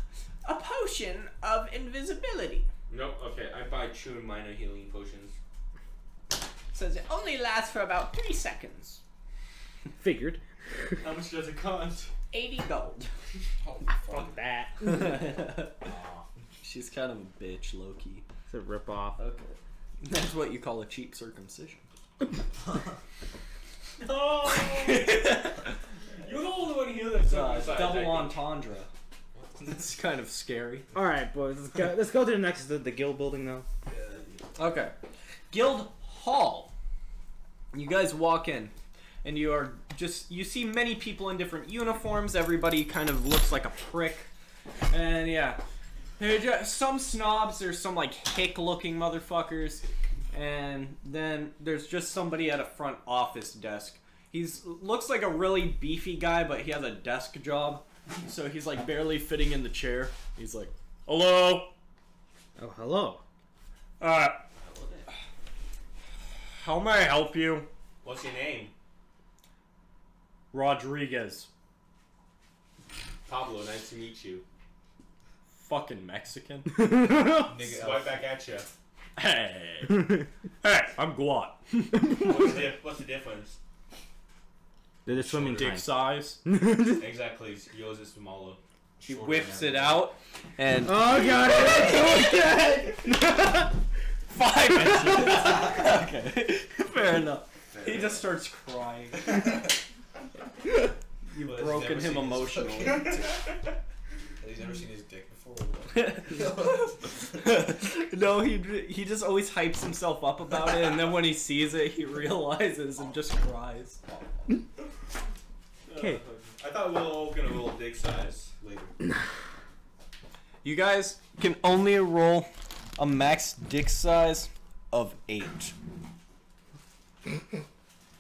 Speaker 8: a potion of invisibility.
Speaker 3: Nope. Okay, I buy two minor healing potions.
Speaker 8: Says it only lasts for about three seconds.
Speaker 4: *laughs* Figured. Oh,
Speaker 3: How much does it cost?
Speaker 8: 80 gold.
Speaker 6: *laughs*
Speaker 5: Oh, fuck.
Speaker 4: Fuck *laughs* that.
Speaker 2: *laughs* She's kind of a bitch, Loki.
Speaker 4: It's a ripoff.
Speaker 2: Okay. That's what you call a cheap *laughs* circumcision.
Speaker 3: No. You're the only one here that's
Speaker 2: Uh,
Speaker 3: besides, I
Speaker 2: double
Speaker 3: think.
Speaker 2: entendre. It's kind of scary.
Speaker 4: All right, boys. Let's go. Let's go to the next the, the guild building now.
Speaker 2: Okay. Guild Hall. You guys walk in, and you are just. You see many people in different uniforms. Everybody kind of looks like a prick. And yeah. They're ju- some snobs, there's some like hick looking motherfuckers. And then there's just somebody at a front office desk. He's looks like a really beefy guy, but he has a desk job. So he's like barely fitting in the chair. He's like, "Hello,
Speaker 4: Oh, hello.
Speaker 2: uh, how may I help you,
Speaker 3: What's your name?
Speaker 2: Rodriguez?
Speaker 3: Pablo. Nice to meet you.
Speaker 2: Fucking *laughs* Mexican.
Speaker 5: Nigga,
Speaker 3: Right back at you.
Speaker 2: hey, hey, I'm Guat.
Speaker 3: What's the, dif- what's the difference?
Speaker 4: They're the swimming
Speaker 2: Dick size.
Speaker 3: Exactly. Yours is smaller.
Speaker 2: He whiffs it out and
Speaker 4: *laughs* Oh god, *laughs* it
Speaker 2: *laughs* *laughs* five inches. okay, fair enough. He just starts crying. You've
Speaker 5: Well, he's
Speaker 2: broken
Speaker 5: never seen
Speaker 2: him
Speaker 5: his
Speaker 2: emotionally.
Speaker 5: fucking dick. He's never seen his dick
Speaker 6: *laughs*
Speaker 5: before.
Speaker 2: *laughs* no, he he just always hypes himself up about it, and then when he sees it, he *laughs* realizes and just cries.
Speaker 4: Okay.
Speaker 3: I thought we were all gonna roll dick size later.
Speaker 2: You guys can only roll a max dick size of eight.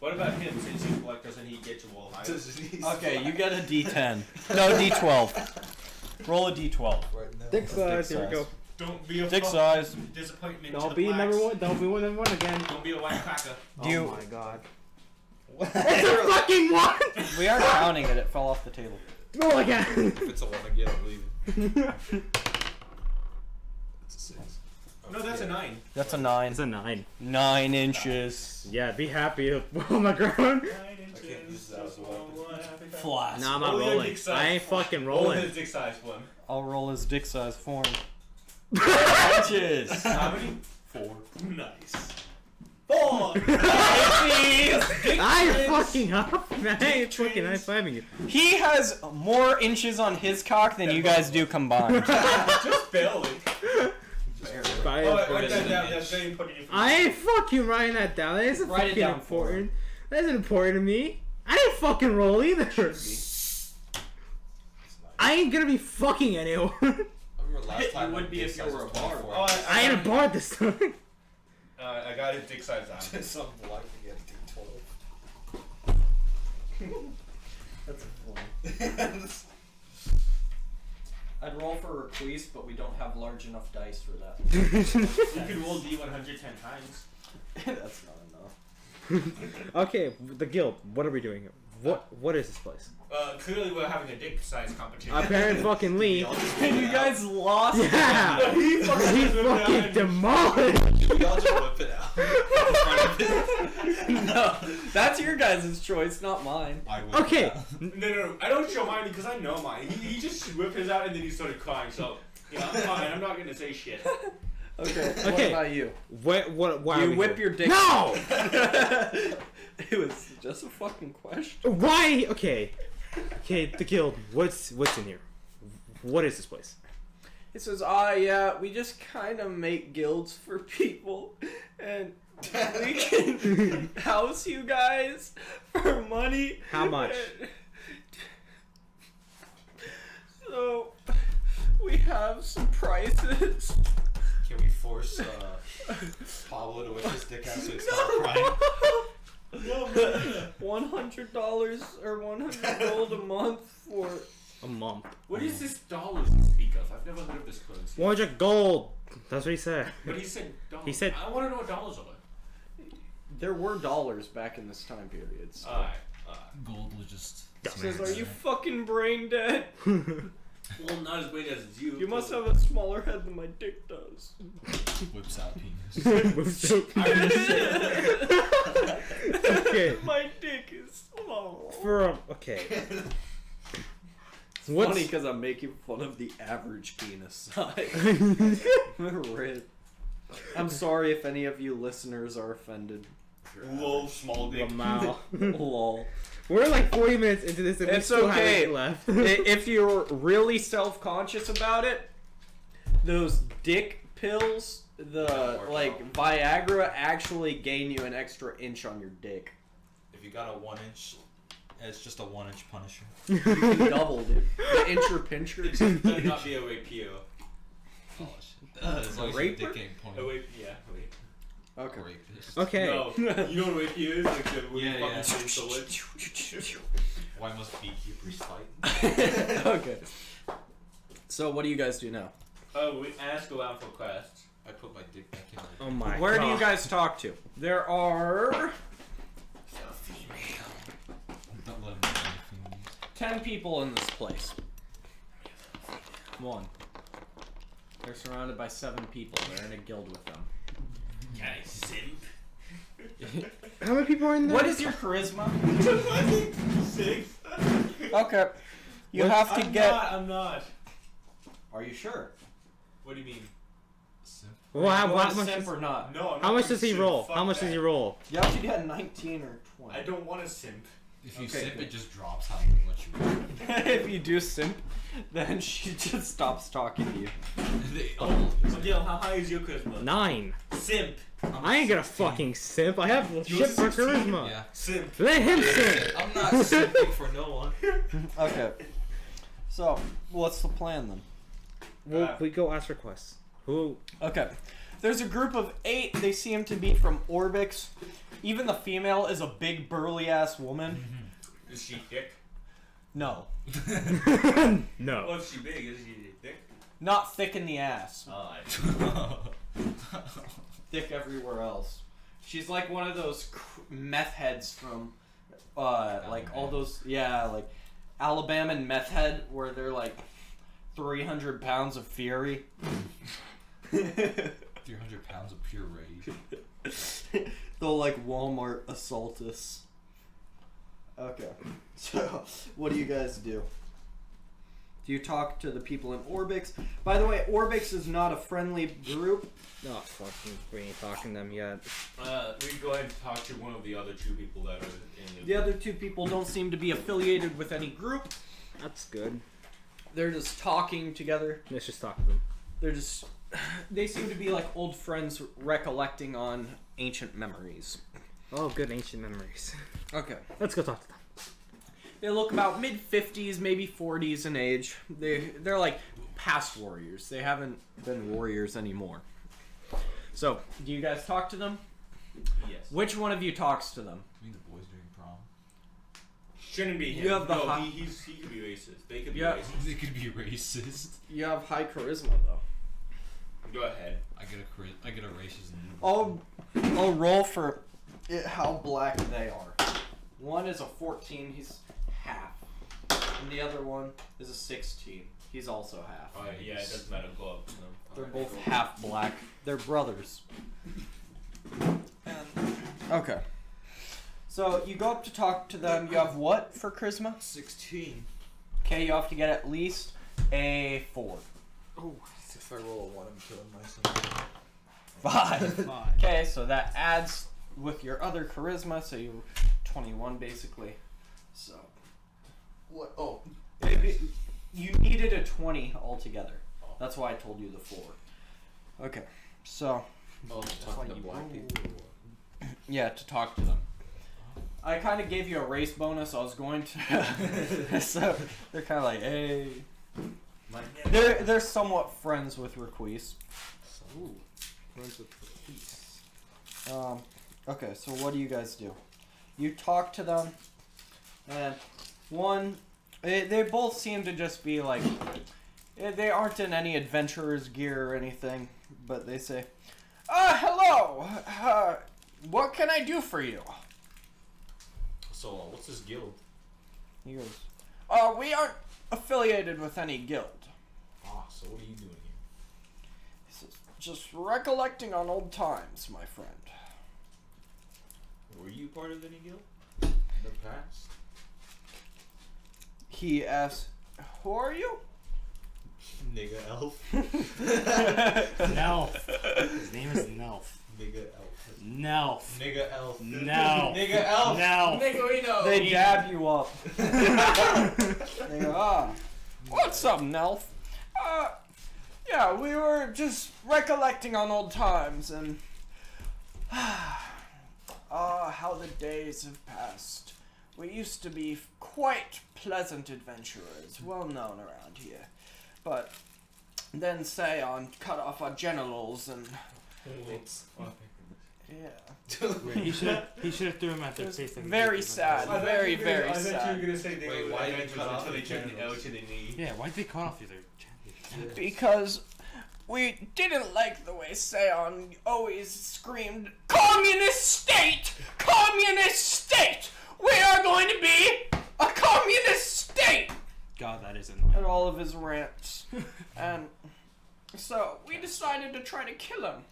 Speaker 3: What about him? Since he like, doesn't he get to roll higher?
Speaker 2: Okay, you get a D10. *laughs* No, D12. Roll a D12.
Speaker 5: Right now.
Speaker 4: Dick size. Here we go.
Speaker 3: Don't be a
Speaker 2: Dick
Speaker 3: fuck-
Speaker 2: size.
Speaker 3: disappointment. to
Speaker 4: Don't
Speaker 3: the
Speaker 4: be
Speaker 3: blacks.
Speaker 4: number one. Don't be one number one again. *laughs*
Speaker 3: Don't be a white cracker.
Speaker 2: Do you-
Speaker 4: Oh my god.
Speaker 5: What?
Speaker 4: *laughs* Fucking one.
Speaker 2: We are counting it. It fell off the table.
Speaker 4: Roll again.
Speaker 5: If it's a one again, I'll believe it. It's a six.
Speaker 3: No, that's a nine.
Speaker 2: That's a nine.
Speaker 4: *laughs* It's a nine.
Speaker 2: Nine inches.
Speaker 4: Yeah, be happy. *laughs* on my ground.
Speaker 3: Nine
Speaker 5: can't use that as a weapon.
Speaker 2: Flask.
Speaker 4: Nah, I'm not rolling. I ain't fucking rolling.
Speaker 3: dick size one.
Speaker 2: I'll roll his dick size form. inches.
Speaker 3: How many? Four. Nice. Four.
Speaker 4: *laughs* I fucking up, *laughs* man. It's fucking high fiving you.
Speaker 2: He has more inches on his cock than you guys do combined.
Speaker 3: Just barely. Oh, wait, write that down. That's very important.
Speaker 4: I ain't fucking writing that down. That isn't
Speaker 2: Write it
Speaker 4: fucking
Speaker 2: down for
Speaker 4: important. That isn't important to me. I didn't fucking roll either. I ain't gonna be fucking anyone. *laughs*
Speaker 5: I remember last time
Speaker 3: would
Speaker 5: my
Speaker 3: be
Speaker 5: dick
Speaker 3: if you
Speaker 5: size
Speaker 3: were a
Speaker 5: was
Speaker 3: bar.
Speaker 5: 24.
Speaker 3: Oh,
Speaker 4: I
Speaker 3: I,
Speaker 4: ain't a bard this time. *laughs*
Speaker 3: I, uh, I got his dick size down. *laughs*
Speaker 5: Some black to get a D12. That's
Speaker 2: I'd roll for requeese, but we don't have large enough dice for that. *laughs*
Speaker 3: You could roll D one hundred ten times.
Speaker 2: That's not enough.
Speaker 4: okay, the guild. What are we doing? What What is this place?
Speaker 3: Uh, clearly we're having a dick size competition.
Speaker 4: Apparently, fucking Lee.
Speaker 2: And you guys lost.
Speaker 4: *laughs* Yeah, he fucking demolished.
Speaker 5: a one. Y'all just whip it
Speaker 6: *laughs*
Speaker 5: out.
Speaker 2: no, *laughs* that's your guys' choice, not mine.
Speaker 5: I whip
Speaker 4: Okay,
Speaker 5: It out.
Speaker 3: No, no, no, I don't show mine because I know mine. He, he just whipped his out and then he started crying. So, yeah, I'm fine. I'm not gonna say shit.
Speaker 2: Okay. What
Speaker 4: Okay.
Speaker 2: about you?
Speaker 4: what? What? Why are
Speaker 2: you
Speaker 4: we
Speaker 2: whip
Speaker 4: here?
Speaker 2: your dick.
Speaker 4: No.
Speaker 2: *laughs* it was just a fucking question.
Speaker 4: Why? Okay, okay. The guild. What's What's in here? What is this place?
Speaker 2: He says, "Ah, yeah, we just kind of make guilds for people, and we can
Speaker 4: *laughs*
Speaker 2: house you guys for money.
Speaker 4: How much?
Speaker 2: *laughs* so we have some prices." *laughs*
Speaker 6: Can we force uh, Pablo to whip his dick out so he stops crying?
Speaker 3: *laughs*
Speaker 2: One hundred dollars or one hundred gold a month for
Speaker 4: A month.
Speaker 3: What is this dollars you speak of? I've never heard of this currency.
Speaker 4: 100 gold. That's what he *laughs* said.
Speaker 3: But he said dollars.
Speaker 4: He said-
Speaker 3: I want to know what dollars are.
Speaker 2: There were dollars back in this time period.
Speaker 4: Uh,
Speaker 2: So.
Speaker 3: Alright, alright.
Speaker 6: Gold was just.
Speaker 2: says, are you fucking brain dead?
Speaker 3: Well, not as great as you.
Speaker 2: You must have a smaller head than my dick does.
Speaker 6: Whips out penis.
Speaker 4: okay.
Speaker 2: *laughs* My dick is small.
Speaker 4: For a, um, okay.
Speaker 2: Funny
Speaker 4: What's,
Speaker 2: Funny because I'm making fun of the average penis
Speaker 4: *laughs*
Speaker 2: size. *laughs* Rip. I'm sorry if any of you listeners are
Speaker 4: *laughs*
Speaker 2: offended.
Speaker 6: Whoa, small dick.
Speaker 4: Wow.
Speaker 2: Lol.
Speaker 4: We're like 40 minutes into this and we
Speaker 2: It's
Speaker 4: still have
Speaker 2: okay.
Speaker 4: it left.
Speaker 2: I- if you're really self-conscious about it, those dick pills, the
Speaker 6: work
Speaker 2: like Viagra, actually gain you an extra inch on your dick.
Speaker 6: If you got a one inch, it's just a one inch punisher.
Speaker 4: *laughs*
Speaker 2: Doubled it. An inch or pincher.
Speaker 6: Better not be a rapio. Oh, shit. Uh, as long as your
Speaker 2: Raper?
Speaker 6: dick ain't pointing.
Speaker 3: A rape, Oh, yeah, rape.
Speaker 2: Okay.
Speaker 6: Rapist.
Speaker 4: okay.
Speaker 3: No, you know what rape is? Like the when
Speaker 6: Yeah,
Speaker 3: you fucking
Speaker 6: yeah.
Speaker 3: say so what? *laughs*
Speaker 6: Why must beekeepers fight?
Speaker 2: *laughs* okay. So what do you guys do now?
Speaker 3: Oh, we ask around for quests.
Speaker 6: I put my dick back in my.
Speaker 4: Oh my
Speaker 2: Where do
Speaker 4: God.
Speaker 2: you guys talk to? There are
Speaker 6: Don't let him do anything.
Speaker 2: ten people in this place. One. They're surrounded by seven people. They're in a guild with them.
Speaker 3: Can I
Speaker 4: *laughs*
Speaker 3: simp?
Speaker 4: How many people are in there?
Speaker 2: What is your charisma?
Speaker 3: Six?
Speaker 2: Okay. You have to
Speaker 3: I'm
Speaker 2: get.
Speaker 3: not, I'm not.
Speaker 2: Are you sure?
Speaker 3: What do you mean?
Speaker 4: Well, how,
Speaker 2: You
Speaker 4: how
Speaker 2: want
Speaker 4: much
Speaker 2: simp
Speaker 4: does-
Speaker 2: or not?
Speaker 3: No, I'm not
Speaker 4: how much
Speaker 3: gonna
Speaker 4: does he
Speaker 3: simp.
Speaker 4: roll?
Speaker 3: Fuck
Speaker 4: How much
Speaker 3: that.
Speaker 4: does he roll?
Speaker 2: You have to get 19 or 20.
Speaker 3: I don't want to simp.
Speaker 6: If you
Speaker 2: Okay,
Speaker 6: sip,
Speaker 2: good.
Speaker 6: it just drops how much you want. *laughs*
Speaker 2: if you do simp, then she just stops talking to you.
Speaker 6: They all-
Speaker 3: So, Gil, how high is your charisma?
Speaker 4: Nine.
Speaker 3: Simp.
Speaker 4: I ain't gonna fucking simp. I have shit
Speaker 3: 16,
Speaker 4: for charisma.
Speaker 6: yeah.
Speaker 3: Simp.
Speaker 4: Let him simp.
Speaker 6: I'm not simping for no one.
Speaker 2: Okay. So, what's the plan then?
Speaker 4: Well, we go ask requests. Who?
Speaker 2: Okay. There's a group of eight. They seem to be from Orbix. Even the female is a big, burly ass woman.
Speaker 3: Is she thick?
Speaker 2: No.
Speaker 4: No.
Speaker 3: Oh, is she big? Is she thick?
Speaker 2: Not thick in the ass.
Speaker 3: Oh, *laughs* I
Speaker 2: thick everywhere else. She's like one of those cr- meth heads from, uh, like all
Speaker 6: Alabama.
Speaker 2: those yeah, like Alabama and meth head, where they're like three hundred pounds of *laughs* fury.
Speaker 6: 300 pounds of pure rage.
Speaker 2: They'll like Walmart assault us. Okay, *laughs* so what do you guys do? Do you talk to the people in Orbix? By the way, Orbix is not a friendly group.
Speaker 4: No, fucking. We ain't talking to them yet.
Speaker 3: Uh, we go ahead and talk to one of the other two people that are in
Speaker 2: The other two people don't seem to be affiliated with any group.
Speaker 4: That's good.
Speaker 2: They're just talking together.
Speaker 4: Let's just talk to them.
Speaker 2: They're just. *sighs* They seem to be like old friends recollecting on ancient memories.
Speaker 4: Oh, good ancient memories. *laughs*
Speaker 2: Okay.
Speaker 4: Let's go talk to them.
Speaker 2: They look about mid 50s, maybe 40s in age. They, they're like past warriors. They haven't been warriors anymore. So, do you guys talk to them?
Speaker 3: Yes.
Speaker 2: Which one of you talks to them?
Speaker 6: I mean, the boys during prom. *laughs*
Speaker 3: Shouldn't be him.
Speaker 2: You have the
Speaker 3: no,
Speaker 2: hot-
Speaker 3: he, he's, he could be racist. They could be
Speaker 2: Yeah.
Speaker 3: racist.
Speaker 6: They could be racist.
Speaker 2: You have high charisma, though.
Speaker 3: Go ahead.
Speaker 6: I get a, chari- I get a racism.
Speaker 2: I'll, I'll roll for it, how black they are. One is a 14, he's half. And the other one is a 16, he's also half.
Speaker 3: Alright, yeah, it doesn't matter. Go up to them.
Speaker 2: They're
Speaker 3: Alright,
Speaker 2: both
Speaker 3: go.
Speaker 2: half black. They're brothers. Okay. So you go up to talk to them. You have what for charisma?
Speaker 6: 16.
Speaker 2: Okay, you have to get at least a four.
Speaker 5: Oh, if I roll a one, I'm killing myself. *laughs*
Speaker 2: Five. Okay, so that adds with your other charisma, so you're 21 basically. So
Speaker 5: What? Oh,
Speaker 2: maybe you needed a 20 altogether. That's why I told you the four. Okay, so
Speaker 5: Oh,
Speaker 2: why
Speaker 5: talking to
Speaker 2: you
Speaker 5: black
Speaker 2: roll.
Speaker 5: people.
Speaker 2: *clears throat* yeah, to talk to them. I kind of gave you a race bonus. I was going to, *laughs* so they're kind of like, hey,
Speaker 5: My
Speaker 2: they're they're somewhat friends with Requise.
Speaker 4: Ooh.
Speaker 2: Um, okay, so what do you guys do? You talk to them, and one, they, they both seem to just be like, eh, they aren't in any adventurer's gear or anything, but they say, Ah, hello! Uh, what can I do for you?
Speaker 6: So, uh, what's this guild?
Speaker 2: He goes, uh, We aren't affiliated with any guild.
Speaker 6: Ah, so what are you doing here?
Speaker 2: He says, Just recollecting on old times, my friend.
Speaker 6: Were you part of any guild?
Speaker 5: The past?
Speaker 2: He asks, Who are you?
Speaker 6: Nigga elf.
Speaker 9: Nelf. His name is Nelf.
Speaker 6: Nigga elf.
Speaker 9: Nelf.
Speaker 6: Nigga elf.
Speaker 9: Nelf.
Speaker 6: Nigga elf.
Speaker 9: Nelf.
Speaker 3: Nigga, we
Speaker 6: Oh,
Speaker 3: know.
Speaker 2: They dab you up. they go, ah, what's up, Nelf? Uh, yeah, we were just recollecting on old times and *sighs* ah, how the days have passed. We used to be quite pleasant adventurers, well known around here, but then say on cut off our generals and
Speaker 6: What's
Speaker 2: yeah,
Speaker 9: He should he should have threw him at their
Speaker 2: It's
Speaker 9: face. and
Speaker 2: very
Speaker 9: kicked him.
Speaker 2: sad.
Speaker 3: I bet
Speaker 2: Very,
Speaker 3: you were gonna-
Speaker 2: very
Speaker 3: I bet you
Speaker 2: sad.
Speaker 3: were gonna say they
Speaker 5: Wait,
Speaker 3: were
Speaker 5: why did they
Speaker 3: adventurers
Speaker 5: cut off
Speaker 3: until they
Speaker 5: the
Speaker 3: turned the L
Speaker 5: generals?
Speaker 3: to the *laughs* knee.
Speaker 9: Yeah, why did they cut off the other? genitals?
Speaker 2: because we didn't like the way Seon always screamed, Communist state! Communist state! We are going to be a communist state!
Speaker 9: God, that is
Speaker 2: And
Speaker 9: annoying.
Speaker 2: all of his rants. and so we decided to try to kill him.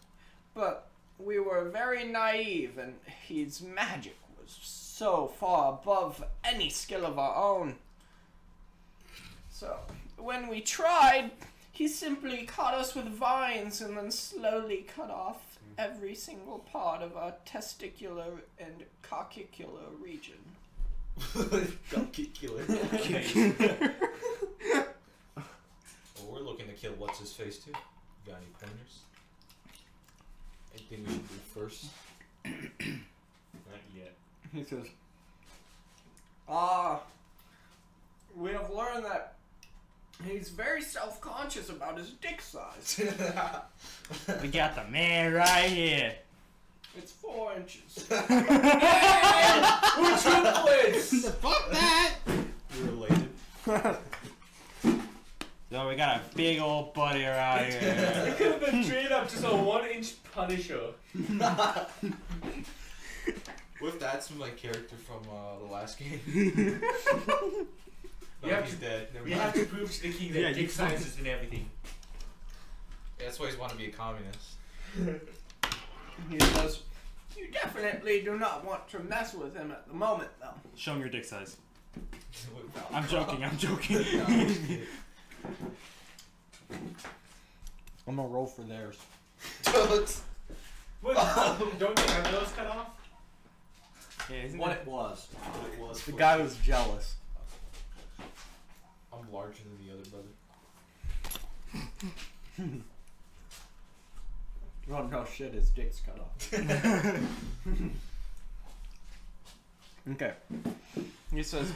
Speaker 2: But we were very naive, and his magic was so far above any skill of our own. So when we tried, he simply caught us with vines and then slowly cut off every single part of our testicular and coccicular region.
Speaker 10: *laughs*
Speaker 6: Well, we're looking to kill what's his face too. Got any pointers? Anything we should do
Speaker 10: *laughs*
Speaker 6: first?
Speaker 3: Not yet.
Speaker 2: He says, Ah, we have learned that he's very self conscious about his dick size.
Speaker 9: We got the man right here.
Speaker 2: it's four inches. *laughs* *laughs*
Speaker 9: Fuck that.
Speaker 6: You're related.
Speaker 9: So we got a big old buddy around here.
Speaker 3: It could have been straight up just a one inch punisher.
Speaker 6: What if that's my character from uh, the last
Speaker 10: *laughs*
Speaker 6: game? no,
Speaker 3: You have
Speaker 6: he's
Speaker 3: to-
Speaker 6: dead. Never
Speaker 3: We
Speaker 6: mind.
Speaker 3: have to prove to the king that
Speaker 9: Yeah, you
Speaker 3: dick
Speaker 9: fucking-
Speaker 3: sizes and everything.
Speaker 6: That's why he's want to be a communist. *laughs*
Speaker 2: He says, You definitely do not want to mess with him at the moment, though.
Speaker 9: Show him your dick size.
Speaker 6: Without-
Speaker 9: I'm joking. I'm joking.
Speaker 6: No, I'm just kidding.
Speaker 2: *laughs* I'm gonna roll for theirs.
Speaker 3: *laughs* What? don't they have those cut off?
Speaker 9: yeah, isn't
Speaker 2: What
Speaker 9: that-
Speaker 2: it was.
Speaker 6: It was
Speaker 2: The
Speaker 6: for-
Speaker 2: guy was jealous.
Speaker 6: I'm larger than the other brother.
Speaker 2: *laughs* Oh no shit, his dick's cut off.
Speaker 4: *laughs*
Speaker 2: okay. He *laughs* says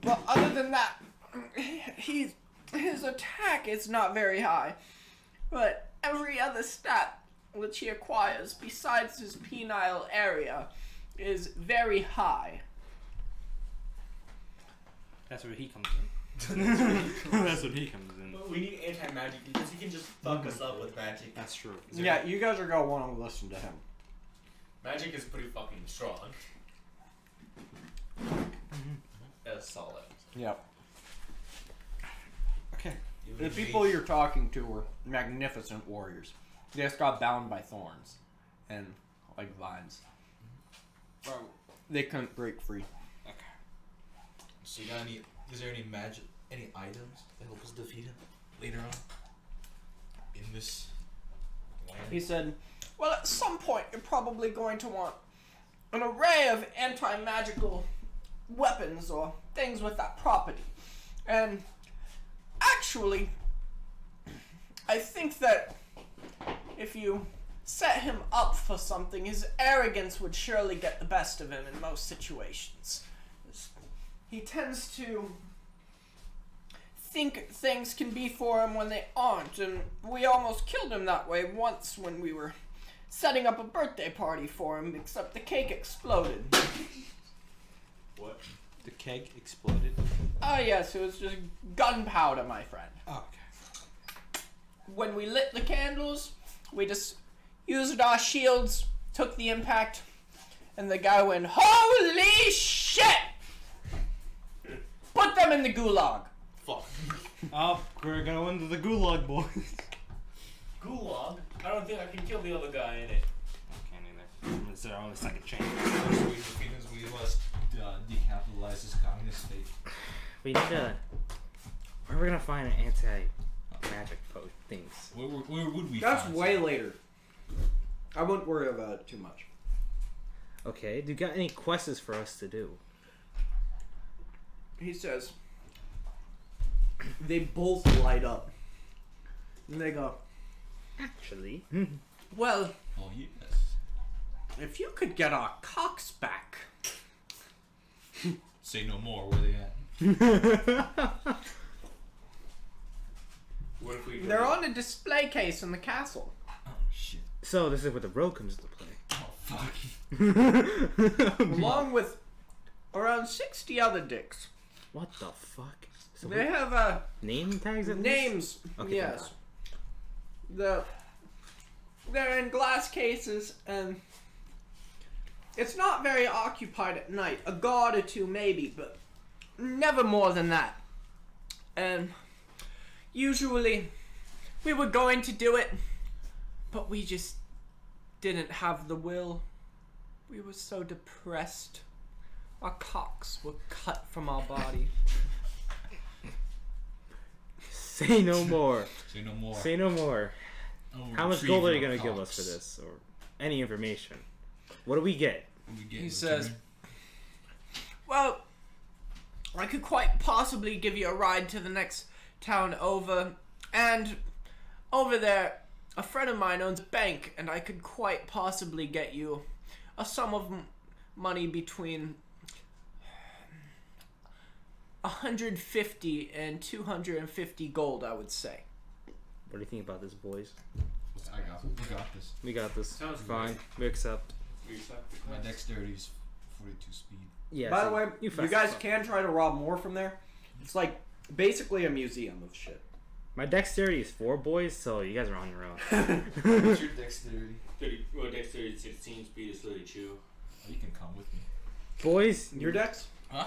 Speaker 2: But other than that *clears throat* he's his attack is not very high. But every other stat which he acquires besides his penile area is very high.
Speaker 9: That's where he comes in. That's what he comes in.
Speaker 3: Well, we need anti magic because he can just fuck us up with magic.
Speaker 9: That's true.
Speaker 2: Yeah, you guys are gonna want to listen to him.
Speaker 3: Magic is pretty fucking strong. That's solid.
Speaker 2: Yep. Okay.
Speaker 6: Even
Speaker 2: The
Speaker 6: if he-
Speaker 2: people you're talking to were magnificent warriors. They just got bound by thorns and like vines. Well, They couldn't break free.
Speaker 6: So you got any? Is there any magic? Any items that help us defeat him later on? In this land.
Speaker 2: He said, Well, at some point, you're probably going to want an array of anti magical weapons or things with that property. And actually, I think that if you set him up for something, his arrogance would surely get the best of him in most situations. He tends to think things can be for him when they aren't, and we almost killed him that way once when we were setting up a birthday party for him, except the cake exploded.
Speaker 3: What?
Speaker 10: The keg exploded.
Speaker 2: Ah, yes, it was just gunpowder, my friend.
Speaker 10: Oh, okay.
Speaker 2: When we lit the candles, we just used our shields, took the impact, and the guy went, Holy shit! Put them in the gulag.
Speaker 6: Fuck.
Speaker 4: Up, "Oh, we're going to the gulag, boys.
Speaker 3: Gulag? I don't think I can kill the other guy in it.
Speaker 11: Can't either. It's their only second chance.
Speaker 6: First we defeat him, we must uh, decapitalize his communist state.
Speaker 4: We need to. Where are we gonna find an anti-magic po things?
Speaker 6: Where, where, where would we?
Speaker 12: That's
Speaker 6: find
Speaker 12: way later. I wouldn't worry about it too much.
Speaker 4: Okay, do you got any quests for us to do?
Speaker 12: He says, they both light up. And they go,
Speaker 4: Actually,
Speaker 2: Well,
Speaker 6: some- Oh yes.
Speaker 12: if you could get our cocks back.
Speaker 6: Say no more. Where they at?
Speaker 3: What if we?
Speaker 2: they're on a display case in the castle.
Speaker 6: Oh shit.
Speaker 4: so this is where the road comes into play.
Speaker 6: Oh
Speaker 12: *laughs*
Speaker 6: fuck.
Speaker 2: along with around 60 other dicks.
Speaker 4: What the fuck? So
Speaker 2: They
Speaker 4: we-
Speaker 2: have uh,
Speaker 4: name tags at least?
Speaker 2: names.
Speaker 4: Okay,
Speaker 2: yes. The they're in glass cases and it's not very occupied at night. A guard or two maybe, but never more than that. And usually we were going to do it, but we just didn't have the will. We were so depressed. Our cocks were cut from our body.
Speaker 4: Say no more.
Speaker 6: Say no more.
Speaker 4: Say no more.
Speaker 6: Oh,
Speaker 4: How much
Speaker 6: retrieve
Speaker 4: gold are you
Speaker 6: your
Speaker 4: gonna give us
Speaker 6: cocks.
Speaker 4: for this, or any information? What do we get?
Speaker 6: We get
Speaker 12: He
Speaker 6: what
Speaker 12: says-
Speaker 6: you mean.
Speaker 2: Well, I could quite possibly give you a ride to the next town over. And over there, a friend of mine owns a bank, and I could quite possibly get you a sum of m- money between 150 and 250 gold, I would say.
Speaker 4: What do you think about this, boys?
Speaker 6: I got. We got this.
Speaker 4: We got this.
Speaker 3: Sounds
Speaker 4: Fine. We accept.
Speaker 3: We suck the
Speaker 6: My
Speaker 3: class.
Speaker 6: dexterity is 42 speed.
Speaker 4: Yeah.
Speaker 12: By
Speaker 4: so
Speaker 12: the way,
Speaker 4: you,
Speaker 12: you,
Speaker 4: fast
Speaker 12: guys
Speaker 4: as fuck.
Speaker 12: can try to rob more from there. It's like basically a museum of shit.
Speaker 4: My dexterity is four, boys. So you guys are
Speaker 12: *laughs*
Speaker 4: on your own.
Speaker 6: *laughs* What's your dexterity?
Speaker 3: 30, well, dexterity is 16, speed is 32.
Speaker 6: Oh, you can come with me.
Speaker 4: boys,
Speaker 12: Your
Speaker 4: you're
Speaker 12: decks?
Speaker 6: Huh?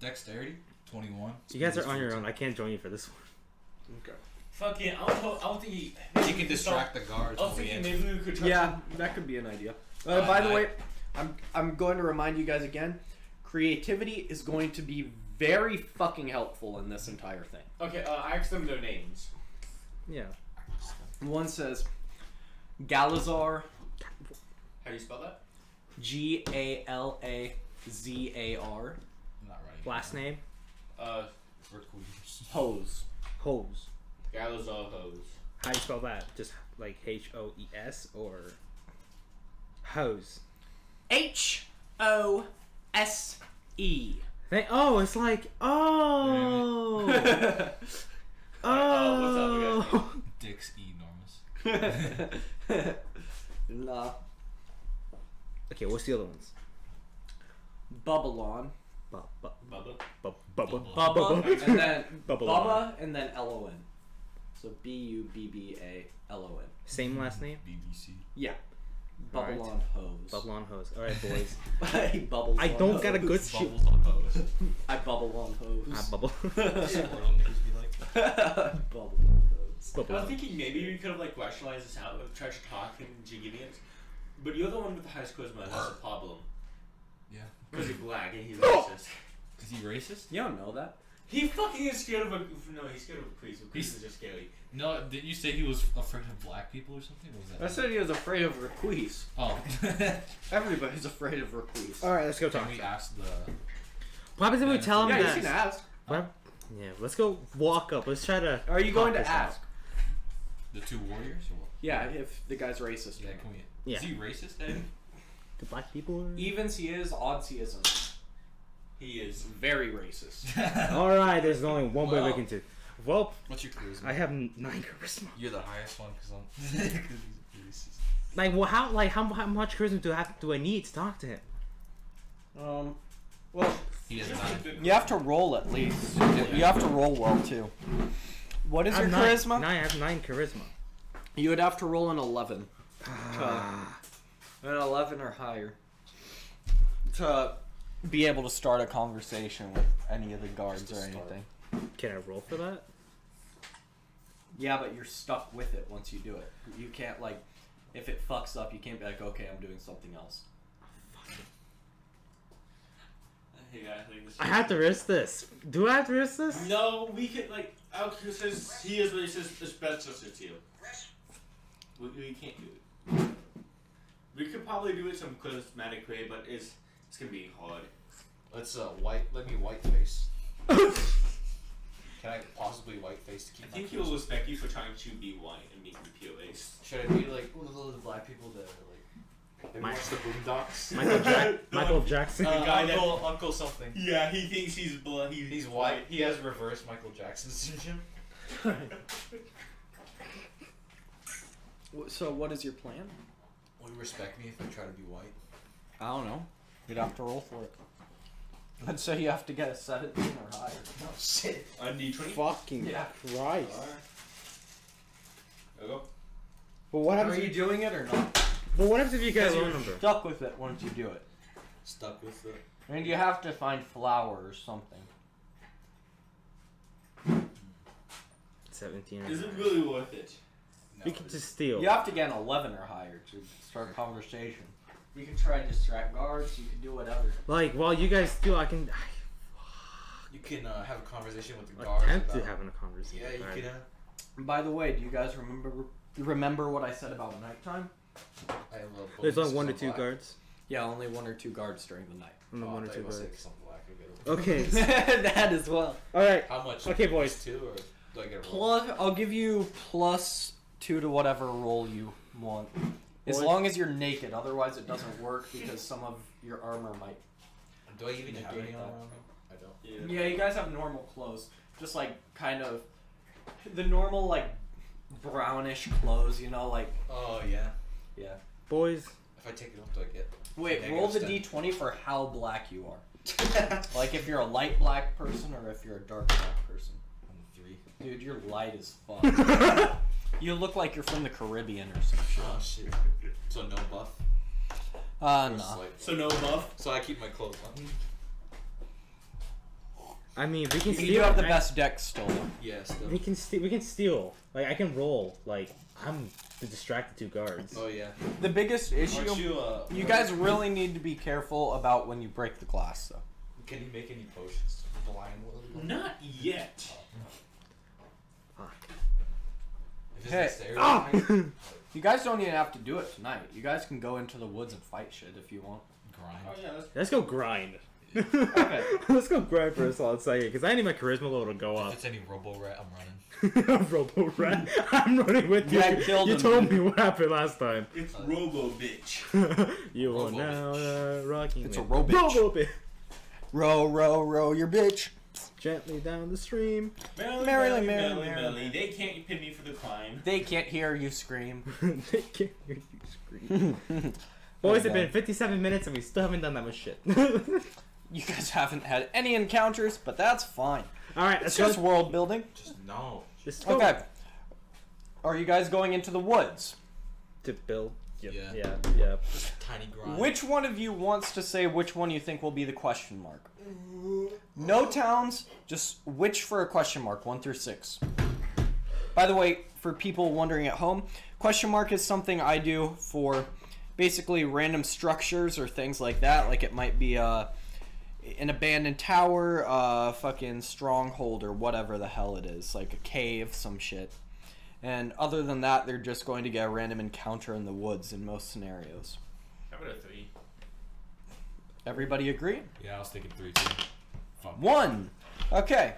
Speaker 6: Dexterity? 21.
Speaker 4: you guys are on your own. I can't join you for this one.
Speaker 12: Okay.
Speaker 3: Fucking, I don't, I don't think he.
Speaker 6: You can distract the guards
Speaker 3: I was
Speaker 6: when we
Speaker 3: thinking
Speaker 6: enter.
Speaker 3: maybe we could try
Speaker 12: Yeah, that could be an idea. Uh, by the way, I'm I'm going to remind you guys again. Creativity is going to be very fucking helpful in this entire thing.
Speaker 3: Okay, uh, I asked them their names.
Speaker 4: Yeah.
Speaker 12: One says Galazar,
Speaker 3: How do you spell that?
Speaker 12: G A L A Z A R,
Speaker 6: I'm not right.
Speaker 4: Last name?
Speaker 3: Uh,
Speaker 6: For queers.
Speaker 12: Hose.
Speaker 4: Hose.
Speaker 3: Galazar Hose.
Speaker 4: How do you spell that? Just like H O E S or hose.
Speaker 2: H O S E.
Speaker 4: They, oh, it's like
Speaker 12: *laughs*
Speaker 4: oh. oh.
Speaker 3: Uh, what's that other guy's
Speaker 6: Dicks enormous.
Speaker 12: La
Speaker 4: *laughs* okay, what's the other ones?
Speaker 12: Bubbalon,
Speaker 4: Bu- bu-
Speaker 3: Bubba?
Speaker 4: bu- bubba.
Speaker 12: *laughs* Bubba, and then
Speaker 4: Bubbalon.
Speaker 12: Bubba, and then L O N. So B U B B A L O N.
Speaker 4: Same last name.
Speaker 6: BBC.
Speaker 12: Yeah.
Speaker 4: Alright.
Speaker 12: Bubbalon Hose.
Speaker 4: Bubble on hose. All right, boys.
Speaker 12: *laughs* I bubble.
Speaker 4: I
Speaker 12: on
Speaker 4: don't got a
Speaker 12: hose.
Speaker 4: good shoot.
Speaker 6: Bubbles on hose.
Speaker 12: *laughs* I bubble on
Speaker 4: I
Speaker 12: hose.
Speaker 4: bubble. *laughs*
Speaker 6: what all niggas be like?
Speaker 12: bubble on hose.
Speaker 3: I
Speaker 4: bubble.
Speaker 3: was thinking maybe we could have, like, rationalized this out with trash talk and Jigivians. But you're the one with the highest charisma, that's the problem.
Speaker 6: Yeah.
Speaker 3: Because you're black and he's racist.
Speaker 6: Is he racist?
Speaker 12: You don't know that.
Speaker 3: He fucking is scared of a. No, he's scared of a priest. Priests are just scary.
Speaker 6: No, didn't you say he was afraid of black people or something? What was
Speaker 12: I
Speaker 6: that?
Speaker 12: said he was afraid of Requise.
Speaker 6: Oh.
Speaker 4: *laughs*
Speaker 2: *laughs*
Speaker 12: Everybody's afraid of Requise.
Speaker 4: All right, let's go
Speaker 6: Can
Speaker 4: talk.
Speaker 6: we ask the.
Speaker 4: What happens if we tell him
Speaker 12: yeah,
Speaker 4: that?
Speaker 12: you can ask.
Speaker 4: What? Yeah, let's go walk up. Let's try to.
Speaker 12: Are you
Speaker 4: talk
Speaker 12: going to
Speaker 4: this out.
Speaker 12: ask?
Speaker 6: the two warriors or what?
Speaker 2: Yeah, if the guy's racist.
Speaker 6: Yeah, can we?
Speaker 4: Yeah.
Speaker 6: Is he racist, Eddie?
Speaker 4: The black people.
Speaker 12: E-
Speaker 4: Are...
Speaker 2: Evens he is, odds he isn't. He is
Speaker 3: *laughs*
Speaker 2: very racist.
Speaker 4: *laughs* All right, there's only one way we
Speaker 6: Wow.
Speaker 4: can do. Well,
Speaker 6: What's your charisma?
Speaker 4: I have n- nine *laughs* charisma.
Speaker 6: You're the highest one because I'm. *laughs* 'cause he's racist.
Speaker 4: Like, well, how like how, how much charisma do I have, do I need to talk to him?
Speaker 2: Um, well,
Speaker 6: He doesn't *laughs* have.
Speaker 2: you have to roll at least. You have to roll well too. What is
Speaker 4: I
Speaker 2: your
Speaker 4: have nine-
Speaker 2: charisma?
Speaker 4: Nine, I have nine charisma.
Speaker 2: You would have to roll an eleven.
Speaker 4: Uh,
Speaker 2: an eleven or higher. To be able to start a conversation with any of the guards or anything.
Speaker 4: Can I roll for that?
Speaker 2: Yeah, but you're stuck with it once you do it. You can't like, if it fucks up, you can't be like, okay, I'm doing something else.
Speaker 3: Hey, I think this
Speaker 4: I have to risk this. Do I have to risk this?
Speaker 3: No, we could like Alex says he is racist. It's best justice to you. We, we can't do it. We could probably do it some charismatic way, but it's it's gonna be hard.
Speaker 5: Let's uh white. Let me white face. Can I possibly white face to
Speaker 3: I
Speaker 5: keep my
Speaker 3: think he
Speaker 5: charisma?
Speaker 3: will respect you for trying to be white and making POAs.
Speaker 5: Should I be like one of those black people that are like they
Speaker 4: My-
Speaker 5: watch the boondocks?
Speaker 4: *laughs* Michael, Jack-
Speaker 3: *laughs*
Speaker 4: Michael Jackson.
Speaker 5: Uh,
Speaker 4: *laughs*
Speaker 3: guy that-
Speaker 5: uncle, uncle something.
Speaker 3: Yeah, he thinks he's blood.
Speaker 5: He's white. He has reverse Michael Jackson syndrome.
Speaker 2: Wh- So what is your plan?
Speaker 5: Will you respect me if I try to be white? *laughs*
Speaker 2: I don't know. You'd have to roll for it. And so you have to get a seventeen or higher.
Speaker 5: No shit.
Speaker 3: I need twenty.
Speaker 4: Fucking
Speaker 2: Yeah.
Speaker 4: Christ.
Speaker 3: There we go.
Speaker 4: But what
Speaker 2: Are
Speaker 4: happens?
Speaker 2: you
Speaker 4: If,
Speaker 2: doing it or not?
Speaker 4: but what happens if you get a
Speaker 2: Because
Speaker 4: low
Speaker 2: you're
Speaker 4: number?
Speaker 2: stuck with it once you do it.
Speaker 5: Stuck with the
Speaker 2: And you have to find flour or something.
Speaker 4: Seventeen.
Speaker 3: Is it really worth it?
Speaker 5: no,
Speaker 4: We could
Speaker 5: it's-
Speaker 4: just steal.
Speaker 2: You have to get an 11 or higher to start a conversation. You can try to distract guards, you can do whatever.
Speaker 4: Like while you guys steal, I can.
Speaker 5: You can uh, have a conversation with the
Speaker 4: I
Speaker 5: guards.
Speaker 4: attempt to
Speaker 5: about-
Speaker 4: having a conversation.
Speaker 5: Yeah, you
Speaker 4: Alright.
Speaker 5: can. Uh,
Speaker 2: And by the way, do you guys remember remember what I said about nighttime?
Speaker 5: I have a bonus
Speaker 4: There's only
Speaker 5: 'cause
Speaker 4: one to
Speaker 5: I'm
Speaker 4: two
Speaker 5: black.
Speaker 4: guards.
Speaker 2: Yeah, only one or two guards during the night.
Speaker 4: Only
Speaker 5: Oh,
Speaker 4: one
Speaker 5: I
Speaker 4: or
Speaker 5: thought you
Speaker 4: two
Speaker 5: were
Speaker 4: guards.
Speaker 5: saying 'cause I'm black. I get a-
Speaker 4: Okay.
Speaker 2: *laughs* that as well.
Speaker 4: All right.
Speaker 5: *laughs* How much?
Speaker 4: Okay, boys.
Speaker 5: Two or do I get a roll?
Speaker 2: Plus, I'll give you plus two to whatever roll you want. As
Speaker 4: Boy.
Speaker 2: long as you're naked, otherwise it doesn't work because some of your armor might.
Speaker 5: Do I even have any
Speaker 2: Negate
Speaker 5: on?
Speaker 2: that.
Speaker 5: me? I don't.
Speaker 3: Yeah.
Speaker 2: Yeah, you guys have normal clothes. Just like kind of the normal like brownish clothes, you know, like
Speaker 5: Oh yeah.
Speaker 2: yeah.
Speaker 4: Boys.
Speaker 5: If I take it off, do I get?
Speaker 2: Wait,
Speaker 5: Negative
Speaker 2: roll the
Speaker 5: step.
Speaker 2: d20 for how black you are.
Speaker 5: *laughs*
Speaker 2: Like if you're a light black person or if you're a dark black person.
Speaker 5: I'm three.
Speaker 2: Dude, you're light as *laughs* fuck.
Speaker 4: *laughs*
Speaker 2: you look like you're from the Caribbean or some shit.
Speaker 5: Oh shit. So no buff.
Speaker 2: Uh,
Speaker 5: Or
Speaker 2: no.
Speaker 5: slight-
Speaker 3: So no buff.
Speaker 5: So I keep my clothes
Speaker 4: Mm.
Speaker 5: on.
Speaker 4: I mean, we can
Speaker 2: You
Speaker 4: steal.
Speaker 2: do have the
Speaker 4: I-
Speaker 2: best deck still.
Speaker 5: Yeah.
Speaker 4: We
Speaker 5: Still.
Speaker 4: can steal. We can steal. Like I can roll. Like I'm the distracted two
Speaker 2: *laughs*
Speaker 4: guards.
Speaker 5: Oh yeah.
Speaker 2: The biggest
Speaker 5: Aren't
Speaker 2: issue.
Speaker 5: you? Uh,
Speaker 2: You guys really need to be careful about when you break the glass, though.
Speaker 5: Can you make any potions? to Blind.
Speaker 3: Not yet.
Speaker 5: If it's
Speaker 2: Hey.
Speaker 5: necessary.
Speaker 4: Ah!
Speaker 2: You guys don't even have to do it tonight. You guys can go into the woods and fight shit if you want.
Speaker 5: Grind.
Speaker 3: Oh yeah, that's
Speaker 4: Let's go grind. *laughs* Let's go grind for a solid second, because I need my charisma level to go
Speaker 5: If
Speaker 4: up. *laughs*
Speaker 5: it's any Robo Rat, I'm running.
Speaker 4: Robo rat, I'm running with you.
Speaker 2: Yeah, I killed
Speaker 4: you
Speaker 2: him.
Speaker 4: told me what happened last time.
Speaker 3: it's Robo bitch.
Speaker 4: you
Speaker 5: Robo
Speaker 4: are now uh, rocking.
Speaker 2: It's
Speaker 4: with
Speaker 2: a robitch.
Speaker 4: Robo bitch.
Speaker 2: Row, row, row your bitch.
Speaker 4: Gently down the stream. *laughs*
Speaker 3: Merrily, merrily,
Speaker 2: Merrily,
Speaker 3: merrily,
Speaker 2: merrily,
Speaker 3: merrily,
Speaker 2: merrily.
Speaker 3: They can't pin me for the crime.
Speaker 2: They can't hear you scream.
Speaker 4: they can't hear you
Speaker 2: *laughs*
Speaker 4: scream. Boys, it's
Speaker 2: Okay.
Speaker 4: been 57 minutes and we still haven't done that much shit. *laughs*
Speaker 2: You guys *laughs* haven't had any encounters, but that's fine.
Speaker 4: Alright,
Speaker 2: It's
Speaker 4: let's
Speaker 2: just
Speaker 4: go.
Speaker 2: world building.
Speaker 5: Just no.
Speaker 4: Just go
Speaker 2: Okay. Are you guys going into the woods?
Speaker 4: to build.
Speaker 5: Yeah.
Speaker 4: Yeah, yeah.
Speaker 5: Tiny grind.
Speaker 2: Which one of you wants to say which one you think will be the question mark? No towns, just which for a question mark, one through six. By the way, for people wondering at home, question mark is something I do for basically random structures or things like that. Like it might be uh, an abandoned tower, uh, fucking stronghold, or whatever the hell it is, like a cave, some shit. And other than that, they're just going to get a random encounter in the woods in most scenarios.
Speaker 3: How about a three?
Speaker 2: Everybody agree?
Speaker 5: Yeah, I was thinking three too.
Speaker 2: One. Okay.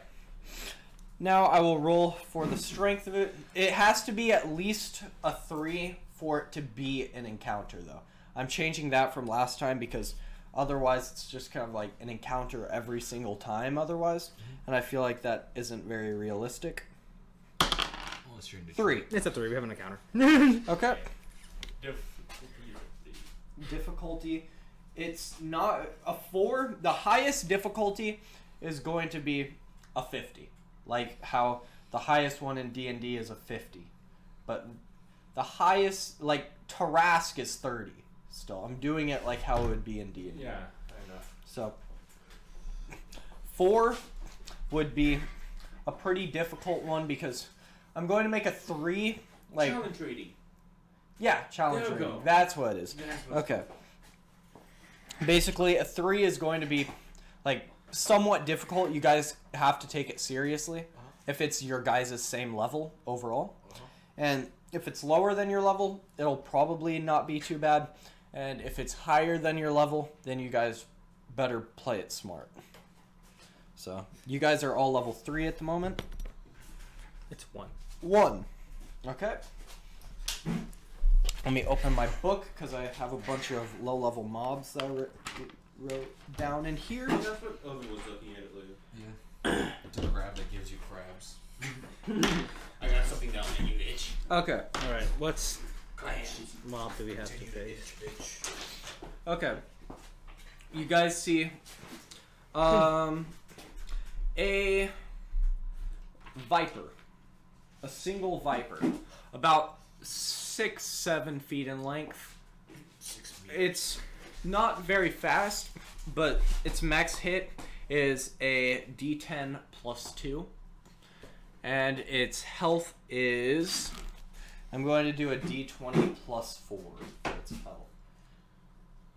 Speaker 2: Now I will roll for the strength of it. It has to be at least a three for it to be an encounter, though. I'm changing that from last time because otherwise it's just kind of like an encounter every single time, otherwise. And I feel like that isn't very realistic.
Speaker 6: Unless you're in
Speaker 2: Three.
Speaker 4: It's a three. We have an encounter. *laughs*
Speaker 2: Okay.
Speaker 3: Diff-
Speaker 2: difficulty. It's not a four. The highest difficulty is going to be a fifty, like how the highest one in D and D is a fifty, but the highest like Tarask is thirty. Still, I'm doing it like how it would be in D and D.
Speaker 3: Yeah, I know.
Speaker 2: So four would be a pretty difficult one because I'm going to make a three. Like
Speaker 3: Challenge rating.
Speaker 2: yeah, challenge
Speaker 3: There we
Speaker 2: rating.
Speaker 3: go.
Speaker 2: That's what it is.
Speaker 3: That's what-
Speaker 2: Okay. Basically, a three is going to be like somewhat difficult. You guys have to take it seriously
Speaker 3: Uh-huh.
Speaker 2: if it's your guys' same level overall. And if it's lower than your level, it'll probably not be too bad. And if it's higher than your level, then you guys better play it smart. So, you guys are all level three at the moment.
Speaker 4: it's one.
Speaker 2: One. Okay. Let me open my book because I have a bunch of low level mobs that I wr- wrote down in here.
Speaker 3: That's what Oven was looking at it later.
Speaker 6: to the crab that gives you crabs.
Speaker 3: I got something down there, you bitch.
Speaker 2: Okay.
Speaker 4: All right. What's mob do we have to face?
Speaker 2: Okay. You guys see um a viper. A single viper. About six, seven feet in length. It's not very fast, but its max hit is a D10 plus two. And its health is I'm going to do a D20 plus four for its health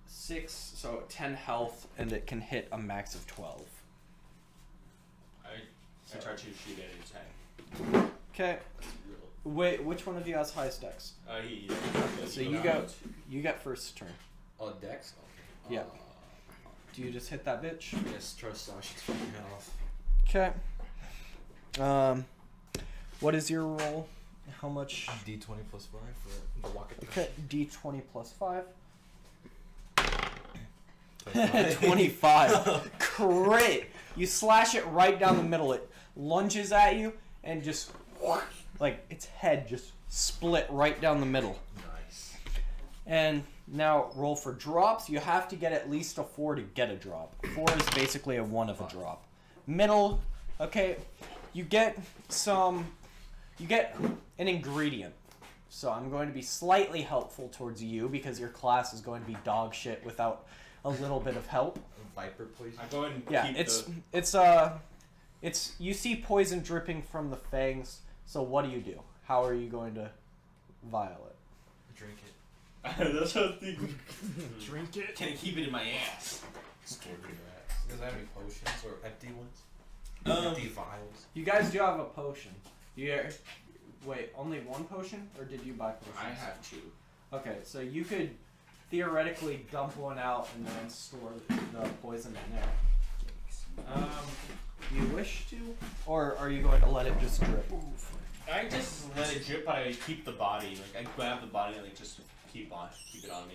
Speaker 2: six, so ten health, and it can hit a max of twelve.
Speaker 3: I, I tried to shoot at his head.
Speaker 2: Okay.
Speaker 3: It's real.
Speaker 2: Wait, which one of you has highest dex?
Speaker 3: Uh, he,
Speaker 2: So you go. You got first turn.
Speaker 5: Oh, Dex? Okay.
Speaker 2: Yeah.
Speaker 5: Uh,
Speaker 2: Do you just hit that bitch?
Speaker 5: yes, trust Sasha's fucking health.
Speaker 2: Okay. Um, what is your roll? How much?
Speaker 6: D20 plus 5 for the walk
Speaker 2: Okay, D twenty plus five. *laughs*
Speaker 6: it.
Speaker 2: 25. Crit. You slash it right down the middle. It lunges at you and just like its head just split right down the middle.
Speaker 6: nice.
Speaker 2: And now roll for drops. You have to get at least a four to get a drop. Four is basically a one of a drop. Middle, okay. You get some. You get an ingredient. So I'm going to be slightly helpful towards you because your class is going to be dog shit without a little bit of help.
Speaker 6: Viper poison.
Speaker 3: I go and
Speaker 2: Yeah,
Speaker 3: keep
Speaker 2: it's
Speaker 3: the,
Speaker 2: it's uh, it's you see poison dripping from the fangs. So what do you do? How are you going to vial it?
Speaker 6: Drink
Speaker 3: *laughs*
Speaker 6: it.
Speaker 3: that's what I think. Drink it. Can I keep it in my ass?
Speaker 6: Store it in your ass. Does that have any potions or empty ones?
Speaker 3: Um,
Speaker 6: empty vials?
Speaker 2: You guys do have a potion. You wait, only one potion, or did you buy potions?
Speaker 3: I have two.
Speaker 2: Okay, so you could theoretically dump one out and then store the poison in there.
Speaker 3: Um,
Speaker 2: You wish to, or are you going to let it just drip?
Speaker 3: I just let it drip, but I keep the body. Like I grab the body and like just keep on, keep it on me.